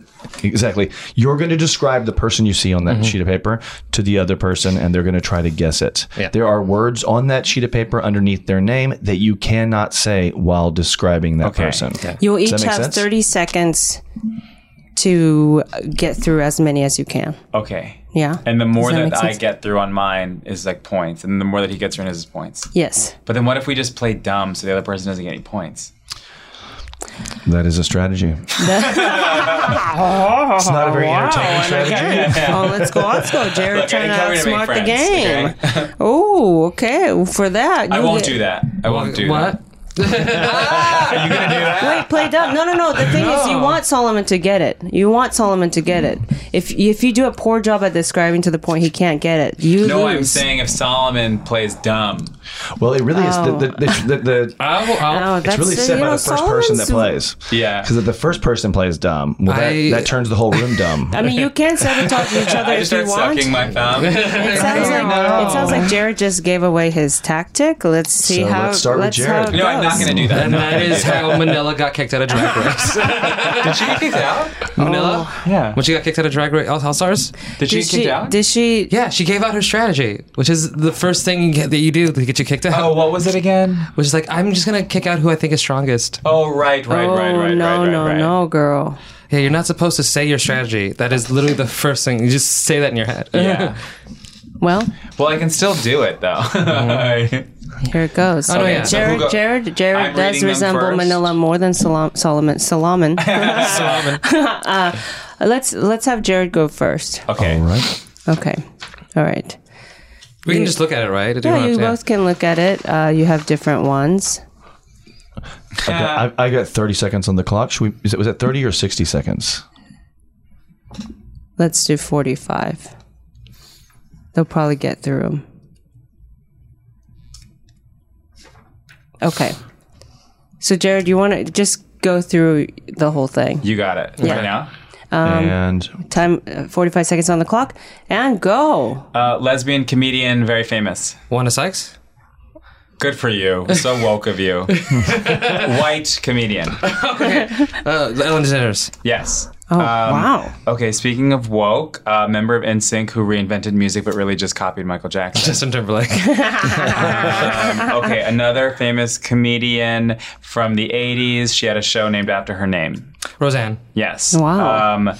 [SPEAKER 6] exactly you're going to describe the person you see on that sheet of paper to the other person and they're going to try to guess it
[SPEAKER 3] Yeah.
[SPEAKER 6] there are words on that sheet of paper underneath their name that you cannot say while describing that
[SPEAKER 4] Okay.
[SPEAKER 6] person
[SPEAKER 2] You'll
[SPEAKER 6] that
[SPEAKER 2] each
[SPEAKER 6] make
[SPEAKER 2] have
[SPEAKER 6] sense?
[SPEAKER 2] 30 seconds to get through as many as you can.
[SPEAKER 4] Okay.
[SPEAKER 2] Yeah.
[SPEAKER 4] And the more
[SPEAKER 2] Does
[SPEAKER 4] that,
[SPEAKER 2] make
[SPEAKER 4] I
[SPEAKER 2] sense?
[SPEAKER 4] get through on mine is like points, and the more that he gets through on his is points.
[SPEAKER 2] Yes.
[SPEAKER 4] But then what if we just play dumb so the other person doesn't get any points?
[SPEAKER 6] that is a strategy <laughs> it's not a very entertaining strategy
[SPEAKER 2] oh, let's go. Let's
[SPEAKER 4] <laughs>
[SPEAKER 2] go. Jared
[SPEAKER 4] Look, I
[SPEAKER 2] trying to
[SPEAKER 4] didn't come here to make
[SPEAKER 2] outsmart the
[SPEAKER 4] friends,
[SPEAKER 2] game. oh, okay. For that,
[SPEAKER 4] I
[SPEAKER 2] you
[SPEAKER 4] won't
[SPEAKER 2] get-
[SPEAKER 4] do that. I won't do
[SPEAKER 3] What?
[SPEAKER 2] Wait, play dumb. No, no, no. The thing is, you want Solomon to get it. You want Solomon to get it. If if you do a poor job at describing to the point he can't get it, you
[SPEAKER 4] that. No, I'm
[SPEAKER 2] lose.
[SPEAKER 4] saying if Solomon plays dumb.
[SPEAKER 6] well it really is the, the, the, the,
[SPEAKER 3] I'll, I'll,
[SPEAKER 2] Oh,
[SPEAKER 6] it's
[SPEAKER 2] that's
[SPEAKER 6] really
[SPEAKER 2] you
[SPEAKER 6] set by
[SPEAKER 2] know,
[SPEAKER 6] the first person that
[SPEAKER 2] Solomon's-
[SPEAKER 6] plays
[SPEAKER 4] Yeah.
[SPEAKER 6] because if the first person plays dumb well that,
[SPEAKER 3] I-
[SPEAKER 6] that turns the whole
[SPEAKER 2] <laughs>
[SPEAKER 6] room dumb
[SPEAKER 2] I mean, you can sabotage each other
[SPEAKER 4] <laughs> I
[SPEAKER 2] if
[SPEAKER 4] just
[SPEAKER 2] you
[SPEAKER 4] start
[SPEAKER 2] want.
[SPEAKER 4] sucking
[SPEAKER 2] <laughs>
[SPEAKER 4] my thumb.
[SPEAKER 2] It sounds like it sounds like Jared just gave away his tactic. Let's see
[SPEAKER 6] So
[SPEAKER 2] how.
[SPEAKER 6] let's start with
[SPEAKER 2] how
[SPEAKER 6] Jared.
[SPEAKER 2] it
[SPEAKER 4] no, I'm not
[SPEAKER 2] goes.
[SPEAKER 4] going to do that.
[SPEAKER 3] and that is how Manila got kicked out of Drag Race.
[SPEAKER 4] <laughs> Did she get kicked out?
[SPEAKER 3] Manila,
[SPEAKER 4] Yeah.
[SPEAKER 3] when she got kicked out of Drag Race All All Stars,
[SPEAKER 4] Did she
[SPEAKER 2] Did
[SPEAKER 4] get kicked
[SPEAKER 2] she?
[SPEAKER 4] out?
[SPEAKER 2] Did she?
[SPEAKER 3] yeah, she gave out her strategy, which is the first thing you get- that you do to get you kicked out.
[SPEAKER 4] Oh, what was it again?
[SPEAKER 3] Which is like, I'm just gonna kick out who I think is strongest.
[SPEAKER 4] Oh, right, right,
[SPEAKER 2] Oh
[SPEAKER 4] right, right,
[SPEAKER 2] no,
[SPEAKER 4] right, right,
[SPEAKER 2] no,
[SPEAKER 4] right.
[SPEAKER 2] no, girl.
[SPEAKER 3] Yeah, you're not supposed to say your strategy. That is literally the first thing. You just say that in your head.
[SPEAKER 4] Yeah.
[SPEAKER 2] Well,
[SPEAKER 4] Well, I can still do it though. Mm-hmm.
[SPEAKER 2] here it goes.
[SPEAKER 3] no, yeah. So
[SPEAKER 4] who
[SPEAKER 2] Jared,
[SPEAKER 4] go-
[SPEAKER 2] Jared, Jared
[SPEAKER 4] I'm
[SPEAKER 2] does
[SPEAKER 4] reading them
[SPEAKER 2] resemble
[SPEAKER 4] first.
[SPEAKER 2] Manila more than Solom- Solomon.
[SPEAKER 4] <laughs>
[SPEAKER 2] Solomon. <laughs> Uh,
[SPEAKER 3] Solomon.
[SPEAKER 2] let's let's have Jared go first.
[SPEAKER 4] <laughs> okay.
[SPEAKER 6] all right
[SPEAKER 2] Okay. All right.
[SPEAKER 3] We can just look at it, right?
[SPEAKER 2] Yeah, you both can look at it. Uh, you have different ones.
[SPEAKER 6] I've got, I've, I got 30 seconds on the clock. Should we? Is it was it 30 or 60 seconds?
[SPEAKER 2] Let's do 45. They'll probably get through them. Okay. So, Jared, you want to just go through the whole thing?
[SPEAKER 4] You got it.
[SPEAKER 2] Yeah.
[SPEAKER 4] Right now?
[SPEAKER 2] Um,
[SPEAKER 6] and
[SPEAKER 2] Time uh, 45 seconds on the clock and go.
[SPEAKER 4] Uh, lesbian comedian, very famous.
[SPEAKER 3] Wanda Sykes?
[SPEAKER 4] Good for you. So woke of <laughs> you. White comedian.
[SPEAKER 3] Uh, Ellen DeGeneres. <laughs>
[SPEAKER 4] Yes. Um,
[SPEAKER 2] Oh,
[SPEAKER 6] Um,
[SPEAKER 2] wow.
[SPEAKER 4] Okay, speaking of woke, a member of NSYNC who reinvented music but really just copied Michael Jackson.
[SPEAKER 3] Justin Timberlake.
[SPEAKER 4] <laughs> Um, okay, another famous comedian from the 80s. She had a show named after her name.
[SPEAKER 3] Roseanne.
[SPEAKER 4] Yes.
[SPEAKER 2] Wow.
[SPEAKER 4] Um,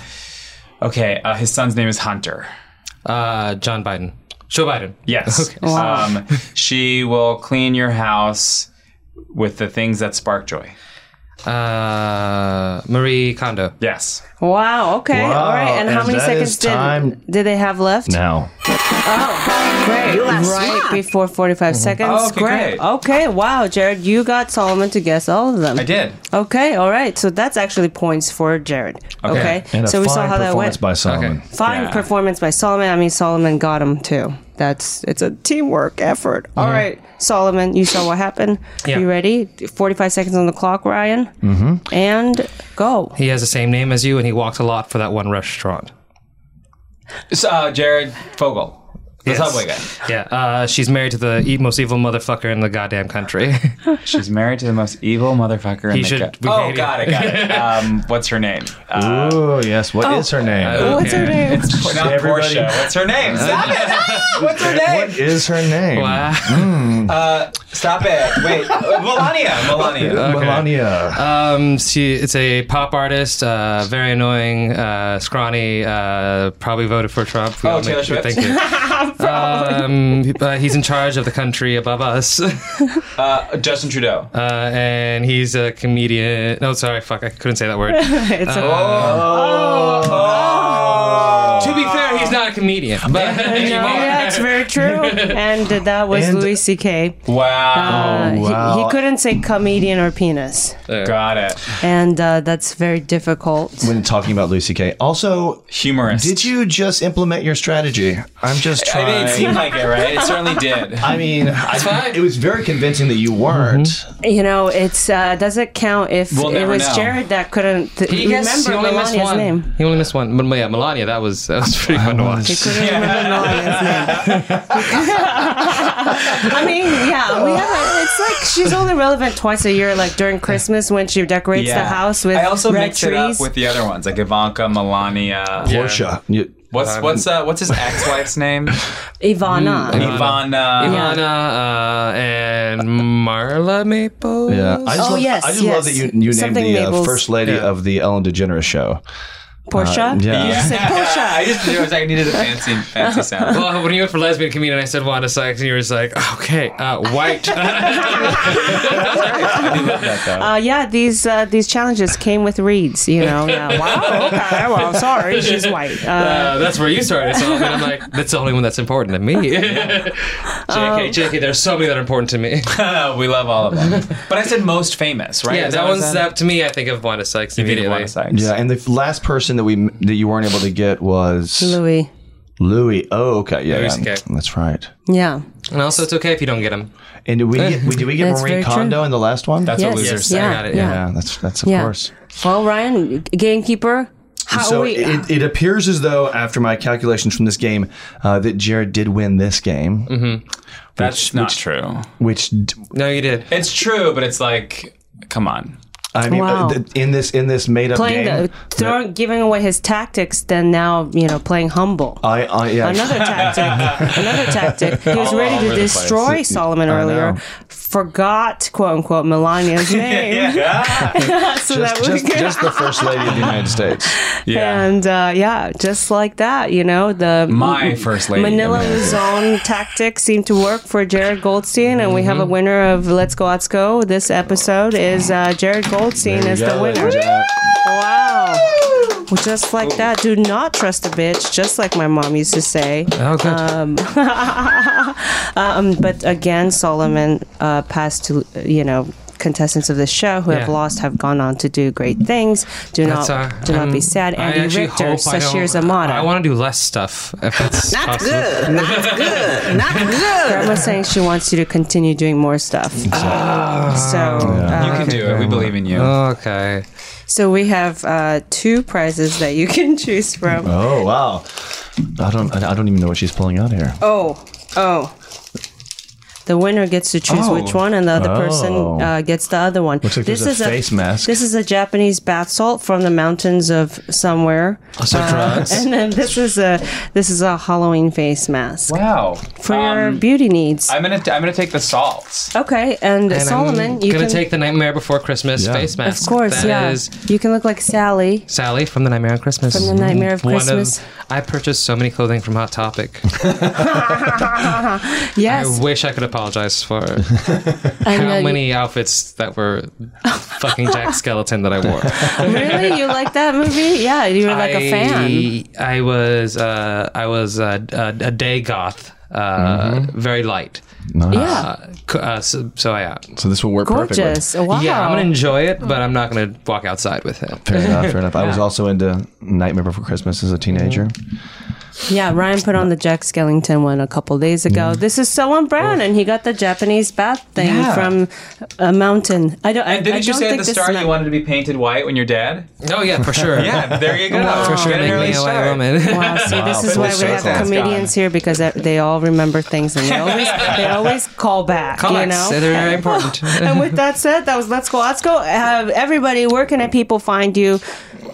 [SPEAKER 4] okay, uh, his son's name is Hunter.
[SPEAKER 3] Uh, John Biden. Joe Biden.
[SPEAKER 4] Yes. Um, <laughs> she will clean your house with the things that spark joy.
[SPEAKER 3] Uh, Marie Kondo.
[SPEAKER 4] Yes.
[SPEAKER 2] Wow. Okay.
[SPEAKER 6] Wow,
[SPEAKER 2] All right. And, how
[SPEAKER 6] and
[SPEAKER 2] many
[SPEAKER 6] that
[SPEAKER 2] seconds
[SPEAKER 6] is
[SPEAKER 2] did,
[SPEAKER 6] time-
[SPEAKER 2] did they have left?
[SPEAKER 6] Now.
[SPEAKER 2] Great.
[SPEAKER 7] are
[SPEAKER 2] right
[SPEAKER 7] smart.
[SPEAKER 2] before 45
[SPEAKER 6] Mm-hmm.
[SPEAKER 2] seconds.
[SPEAKER 4] Oh, okay, great.
[SPEAKER 2] Okay. Wow, Jared, you got Solomon to guess all of them.
[SPEAKER 4] I did.
[SPEAKER 2] Okay, all right. So that's actually points for Jared. Okay.
[SPEAKER 6] And a
[SPEAKER 2] so
[SPEAKER 6] fine
[SPEAKER 2] we saw how that
[SPEAKER 6] performance
[SPEAKER 2] went.
[SPEAKER 6] by Solomon.
[SPEAKER 3] Okay.
[SPEAKER 2] fine
[SPEAKER 4] Yeah.
[SPEAKER 2] performance by Solomon. I mean Solomon got him too. That's it's a teamwork effort. All
[SPEAKER 6] Mm-hmm.
[SPEAKER 2] right, Solomon, you saw what happened.
[SPEAKER 3] Yeah.
[SPEAKER 2] You ready? 45 seconds on the clock, Ryan. Mm-hmm. And go.
[SPEAKER 3] He has the same name as you, and he walked a lot for that one restaurant.
[SPEAKER 4] So, uh, Jared Fogle, the
[SPEAKER 3] Yes.
[SPEAKER 4] subway guy.
[SPEAKER 3] Yeah, uh, she's married to the e- most evil motherfucker in the goddamn country. <laughs>
[SPEAKER 4] She's married to the most evil motherfucker in
[SPEAKER 3] He
[SPEAKER 4] the
[SPEAKER 3] should
[SPEAKER 4] co-
[SPEAKER 3] be
[SPEAKER 4] Oh,
[SPEAKER 3] hated.
[SPEAKER 4] got it,
[SPEAKER 3] <laughs>
[SPEAKER 4] got it. Um, what's her name? Uh,
[SPEAKER 6] oh yes. What is her name?
[SPEAKER 2] What's her name?
[SPEAKER 4] not
[SPEAKER 6] Everybody-
[SPEAKER 4] Portia. What's her
[SPEAKER 3] Uh,
[SPEAKER 4] name?
[SPEAKER 3] <laughs>
[SPEAKER 4] Stop it! Ah, What's her name?
[SPEAKER 6] what is her name?
[SPEAKER 4] Stop it! Wait, Uh, Melania.
[SPEAKER 3] Uh,
[SPEAKER 4] Melania.
[SPEAKER 6] Melania.
[SPEAKER 2] Uh,
[SPEAKER 3] um, she it's a pop artist, uh, very annoying, uh, scrawny. Uh, probably voted for Trump. We
[SPEAKER 4] Oh,
[SPEAKER 3] all
[SPEAKER 4] Taylor
[SPEAKER 3] make-
[SPEAKER 4] Swift?
[SPEAKER 3] Thank you. <laughs> um, but he's in charge of the country above us, <laughs> uh,
[SPEAKER 4] Uh, Justin Trudeau.
[SPEAKER 3] and he's a comedian. No, sorry, fuck, I couldn't say that word.
[SPEAKER 2] <laughs>
[SPEAKER 4] Uh,
[SPEAKER 2] It's a-
[SPEAKER 3] Oh.
[SPEAKER 4] Oh.
[SPEAKER 3] to be fair, he's not a comedian, Uh, but
[SPEAKER 2] No, yeah, it's very true.
[SPEAKER 4] <laughs>
[SPEAKER 2] And that was
[SPEAKER 6] And- Oh,
[SPEAKER 2] Louis C.K.
[SPEAKER 4] Wow.
[SPEAKER 2] Uh, he- he,
[SPEAKER 6] wow.
[SPEAKER 2] couldn't say comedian or penis,
[SPEAKER 4] Got it.
[SPEAKER 2] and uh, that's very difficult.
[SPEAKER 6] When talking about Lucy K. Also,
[SPEAKER 4] Humorous.
[SPEAKER 6] did you just implement your strategy? I'm just
[SPEAKER 4] I
[SPEAKER 6] trying.
[SPEAKER 4] mean, it seemed like it, right? It certainly
[SPEAKER 2] <laughs>
[SPEAKER 4] did.
[SPEAKER 6] I mean, I-
[SPEAKER 3] fine.
[SPEAKER 6] it was very convincing that you
[SPEAKER 2] Mm-hmm.
[SPEAKER 6] weren't.
[SPEAKER 2] You know, it's uh, doesn't count if
[SPEAKER 4] We'll
[SPEAKER 2] it
[SPEAKER 4] never
[SPEAKER 2] was
[SPEAKER 4] know.
[SPEAKER 2] Jared that couldn't th-
[SPEAKER 3] He
[SPEAKER 2] remember
[SPEAKER 3] guessed- he only missed
[SPEAKER 2] Melania's
[SPEAKER 3] one.
[SPEAKER 2] name.
[SPEAKER 3] He only missed one. But yeah, Melania, that was that was <laughs> pretty fun to watch.
[SPEAKER 2] Couldn't remember Melania's name. I mean, yeah, we have. A, it's like she's only relevant twice a year, like during Christmas when she decorates the house with
[SPEAKER 4] I also
[SPEAKER 2] red
[SPEAKER 4] mixed it
[SPEAKER 2] trees.
[SPEAKER 4] up with the other ones, like Ivanka, Melania.
[SPEAKER 6] Portia. You-
[SPEAKER 4] What's what's uh, what's his ex-wife's
[SPEAKER 3] <laughs>
[SPEAKER 4] name?
[SPEAKER 2] Ivana.
[SPEAKER 6] Mm.
[SPEAKER 4] Ivana.
[SPEAKER 3] Ivana uh, and Marla Maple.
[SPEAKER 6] yeah. I just
[SPEAKER 2] Oh,
[SPEAKER 6] love,
[SPEAKER 2] yes,
[SPEAKER 6] I just love that
[SPEAKER 2] yes.
[SPEAKER 6] you, you named
[SPEAKER 2] Something
[SPEAKER 6] the uh,
[SPEAKER 2] Mabel's-
[SPEAKER 6] first lady of the Ellen DeGeneres
[SPEAKER 2] <laughs>
[SPEAKER 6] show.
[SPEAKER 2] Portia.
[SPEAKER 6] Uh, yeah.
[SPEAKER 2] You just
[SPEAKER 4] <laughs>
[SPEAKER 2] said
[SPEAKER 4] I
[SPEAKER 2] Portia.
[SPEAKER 4] just knew it was like I needed a fancy fancy sound.
[SPEAKER 2] <laughs>
[SPEAKER 4] <laughs>
[SPEAKER 3] Well, Oh, when you went for lesbian comedian, I said Wanda Sykes, and you were just like, okay, uh, <laughs> white.
[SPEAKER 2] Uh, yeah, these uh, these challenges came with reeds, you
[SPEAKER 3] <laughs>
[SPEAKER 2] know. Yeah. Wow. Okay. Well, sorry, she's white. Uh,
[SPEAKER 3] Uh, that's where you started. So and I'm like, that's the only one that's important to me. <laughs> JK, JK, there's so many that are important to <laughs> me.
[SPEAKER 4] we love all of them. But I said most famous, right?
[SPEAKER 3] yeah,
[SPEAKER 4] Is
[SPEAKER 3] that
[SPEAKER 4] what I
[SPEAKER 3] one's
[SPEAKER 4] said?
[SPEAKER 3] that to me. I think of Wanda Sykes
[SPEAKER 4] If you didn't
[SPEAKER 3] immediately.
[SPEAKER 4] want to say.
[SPEAKER 6] Yeah, and the f- last person that we m- that you weren't able to get was
[SPEAKER 2] Louis.
[SPEAKER 6] Louis. Oh, okay, yeah,
[SPEAKER 3] Louis
[SPEAKER 6] yeah.
[SPEAKER 3] C.K..
[SPEAKER 6] that's right.
[SPEAKER 2] Yeah.
[SPEAKER 3] And also, it's okay if you don't get him.
[SPEAKER 6] And did
[SPEAKER 2] <laughs>
[SPEAKER 6] we get, we- did we get
[SPEAKER 2] That's
[SPEAKER 6] Marie
[SPEAKER 2] very true.
[SPEAKER 6] Kondo in the last one?
[SPEAKER 4] That's
[SPEAKER 2] yes.
[SPEAKER 4] what losers
[SPEAKER 3] I
[SPEAKER 4] say.
[SPEAKER 2] Yeah.
[SPEAKER 3] got it,
[SPEAKER 2] Yeah.
[SPEAKER 6] yeah, that's that's of
[SPEAKER 2] Yeah.
[SPEAKER 6] course.
[SPEAKER 2] Well, Ryan, g- gamekeeper. How
[SPEAKER 6] so
[SPEAKER 2] we? uh,
[SPEAKER 6] it, it appears as though, after my calculations from this game, uh, that Jared did win this game,
[SPEAKER 4] That's not true.
[SPEAKER 6] which d-
[SPEAKER 3] No, you did.
[SPEAKER 4] It's true, but it's like, come on.
[SPEAKER 6] I mean,
[SPEAKER 2] Wow.
[SPEAKER 6] uh, th- in this in this made up
[SPEAKER 2] playing
[SPEAKER 6] game,
[SPEAKER 2] the, throwing, giving away his tactics, then now you know playing humble.
[SPEAKER 6] I, I yeah, <laughs>
[SPEAKER 2] another tactic. another tactic. He
[SPEAKER 6] Oh,
[SPEAKER 2] was ready to
[SPEAKER 6] <laughs>
[SPEAKER 2] destroy Solomon earlier.
[SPEAKER 6] know.
[SPEAKER 2] Forgot quote unquote
[SPEAKER 6] <laughs>
[SPEAKER 2] Melania's name. <laughs> so that
[SPEAKER 6] just,
[SPEAKER 2] was
[SPEAKER 6] just,
[SPEAKER 2] good.
[SPEAKER 6] just the first lady of the United
[SPEAKER 2] <laughs>
[SPEAKER 6] States.
[SPEAKER 4] Yeah.
[SPEAKER 2] and uh, yeah, just like that, you know, the
[SPEAKER 4] My first lady.
[SPEAKER 3] <laughs>
[SPEAKER 2] Manila Luzon tactic seemed to work for Jared Goldstein, and we have
[SPEAKER 3] Mm-hmm.
[SPEAKER 2] a winner of Let's Go Let's Go. This episode is uh, Jared Goldstein
[SPEAKER 6] There you
[SPEAKER 2] is the
[SPEAKER 6] go,
[SPEAKER 2] winner.
[SPEAKER 6] ladies and gentlemen.
[SPEAKER 2] Wow. Well, Just like that, do not trust a bitch, just like my mom used to say.
[SPEAKER 3] Oh, good.
[SPEAKER 2] Um, but again, Solomon uh, passed to, you know, contestants of this show who have
[SPEAKER 3] Yeah.
[SPEAKER 2] lost have gone on to do great things. Do not
[SPEAKER 3] That's, uh,
[SPEAKER 2] do not be
[SPEAKER 3] um,
[SPEAKER 2] sad.
[SPEAKER 3] I
[SPEAKER 2] Andy
[SPEAKER 3] actually
[SPEAKER 2] Richter,
[SPEAKER 3] hope I
[SPEAKER 2] Sashir
[SPEAKER 3] don't-
[SPEAKER 2] Zamata.
[SPEAKER 3] I want to do less stuff. If that's <laughs>
[SPEAKER 9] Not
[SPEAKER 3] possible.
[SPEAKER 9] good. Not good. Not good.
[SPEAKER 2] Grandma's saying she wants you to continue doing more
[SPEAKER 3] <laughs>
[SPEAKER 2] stuff. uh, so,
[SPEAKER 4] you can do it. We believe in you.
[SPEAKER 3] Uh, Okay.
[SPEAKER 2] so we have uh, two prizes that you <laughs> can choose from.
[SPEAKER 6] Oh wow! I don't. I don't even know what she's pulling out here.
[SPEAKER 2] Oh, oh. The winner gets to choose
[SPEAKER 6] Oh.
[SPEAKER 2] which one, and the other
[SPEAKER 6] Oh.
[SPEAKER 2] person uh, gets the other one.
[SPEAKER 6] Looks like there's a face mask.
[SPEAKER 2] This is a Japanese bath salt from the mountains of somewhere.
[SPEAKER 6] So drugs.
[SPEAKER 2] And then this is a this is a Halloween face mask
[SPEAKER 4] Wow. Um,
[SPEAKER 2] for your
[SPEAKER 3] Um,
[SPEAKER 2] beauty needs.
[SPEAKER 4] I'm gonna I'm gonna take the salts.
[SPEAKER 2] okay, and,
[SPEAKER 3] And
[SPEAKER 2] Solomon,
[SPEAKER 3] I'm
[SPEAKER 2] you
[SPEAKER 3] gonna
[SPEAKER 2] can
[SPEAKER 3] take the Nightmare Before Christmas
[SPEAKER 6] Yeah.
[SPEAKER 3] face mask.
[SPEAKER 2] of course,
[SPEAKER 3] That
[SPEAKER 2] yeah.
[SPEAKER 3] is
[SPEAKER 2] you can look like Sally.
[SPEAKER 3] Sally from the Nightmare on Christmas.
[SPEAKER 2] From the
[SPEAKER 4] Mm-hmm.
[SPEAKER 2] Nightmare of
[SPEAKER 3] One
[SPEAKER 2] Christmas.
[SPEAKER 3] I purchased so many clothing from Hot Topic.
[SPEAKER 2] Yes,
[SPEAKER 3] I wish I could apologize
[SPEAKER 4] <laughs>
[SPEAKER 3] for
[SPEAKER 2] I
[SPEAKER 3] how
[SPEAKER 2] know you-
[SPEAKER 3] many outfits that were fucking Jack Skeleton that I
[SPEAKER 2] <laughs>
[SPEAKER 3] wore.
[SPEAKER 2] <laughs> really, you like that movie? Yeah, you were like a fan.
[SPEAKER 3] I was uh, I was uh, a, a day goth, uh,
[SPEAKER 4] Mm-hmm.
[SPEAKER 3] very light.
[SPEAKER 6] Nice.
[SPEAKER 2] Yeah,
[SPEAKER 3] Uh, c- uh, so, so yeah,
[SPEAKER 6] So this will work perfectly.
[SPEAKER 2] gorgeous. Wow.
[SPEAKER 3] yeah. I'm gonna enjoy it, but I'm not gonna walk outside with
[SPEAKER 4] <laughs>
[SPEAKER 3] it.
[SPEAKER 6] Fair enough.
[SPEAKER 2] <laughs>
[SPEAKER 6] Fair enough. I was also into Nightmare Before Christmas as a teenager.
[SPEAKER 2] Mm-hmm. Yeah, Ryan put on the Jack Skellington one a couple days ago. This is someone brown, and he got the Japanese bath thing
[SPEAKER 4] Yeah.
[SPEAKER 2] from a mountain. I don't. I,
[SPEAKER 4] And didn't
[SPEAKER 2] I
[SPEAKER 4] you
[SPEAKER 2] don't
[SPEAKER 4] say at
[SPEAKER 2] think
[SPEAKER 4] the
[SPEAKER 2] this
[SPEAKER 4] start you
[SPEAKER 2] meant-
[SPEAKER 4] wanted to be painted white when you're dead?
[SPEAKER 3] Oh yeah, for sure.
[SPEAKER 4] Yeah, there you go.
[SPEAKER 3] for sure.
[SPEAKER 4] Get an
[SPEAKER 3] Make
[SPEAKER 4] early
[SPEAKER 3] me a
[SPEAKER 4] start.
[SPEAKER 3] white woman. <laughs>
[SPEAKER 4] <laughs>
[SPEAKER 2] Wow, see, this is
[SPEAKER 4] full
[SPEAKER 2] why we
[SPEAKER 4] circle.
[SPEAKER 2] have
[SPEAKER 4] That's gone.
[SPEAKER 2] comedians here because they- they all remember things and they always they
[SPEAKER 4] <laughs>
[SPEAKER 2] always call back. you
[SPEAKER 3] Callbacks,
[SPEAKER 2] know,
[SPEAKER 3] they're <laughs> very important.
[SPEAKER 2] and with that said, that was let's go, let's go. Uh, everybody, where can people find you?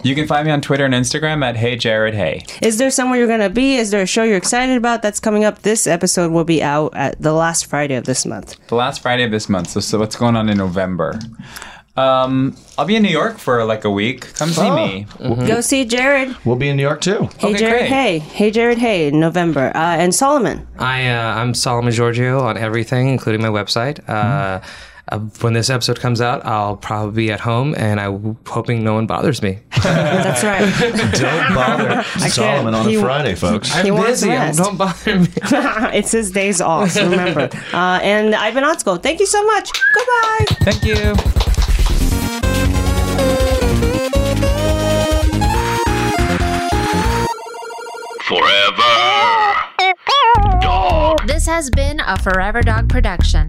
[SPEAKER 4] You can find me on Twitter and Instagram at Hey Jared Hey.
[SPEAKER 2] Is there somewhere you're gonna be? Is there a show you're excited about that's coming up? This episode will be out at the last Friday of this month.
[SPEAKER 4] The last Friday of this month. So, so what's going on in November? Um, I'll be in New York for like a week. Come
[SPEAKER 3] Oh.
[SPEAKER 4] see me.
[SPEAKER 2] Go see Jared.
[SPEAKER 6] We'll be in New York too.
[SPEAKER 2] Hey
[SPEAKER 4] Okay,
[SPEAKER 2] Jared
[SPEAKER 4] great.
[SPEAKER 2] Hey. Hey Jared Hey in November. Uh, and Solomon.
[SPEAKER 3] I uh, I'm Solomon Giorgio on everything, including my website. Uh, uh, when this episode comes out, I'll probably be at home, and I'm hoping no one bothers me.
[SPEAKER 2] That's right.
[SPEAKER 6] Don't
[SPEAKER 2] <laughs>
[SPEAKER 6] bother Solomon on
[SPEAKER 2] He-
[SPEAKER 6] a Friday, folks.
[SPEAKER 3] I'm
[SPEAKER 2] wants
[SPEAKER 3] busy.
[SPEAKER 2] rest.
[SPEAKER 3] Don't bother <laughs> me.
[SPEAKER 2] <laughs> it's his days off, remember. Uh, and I've been Otsko. Thank you so much. Goodbye.
[SPEAKER 4] Thank you.
[SPEAKER 1] Forever Dog.
[SPEAKER 10] This has been a Forever Dog production.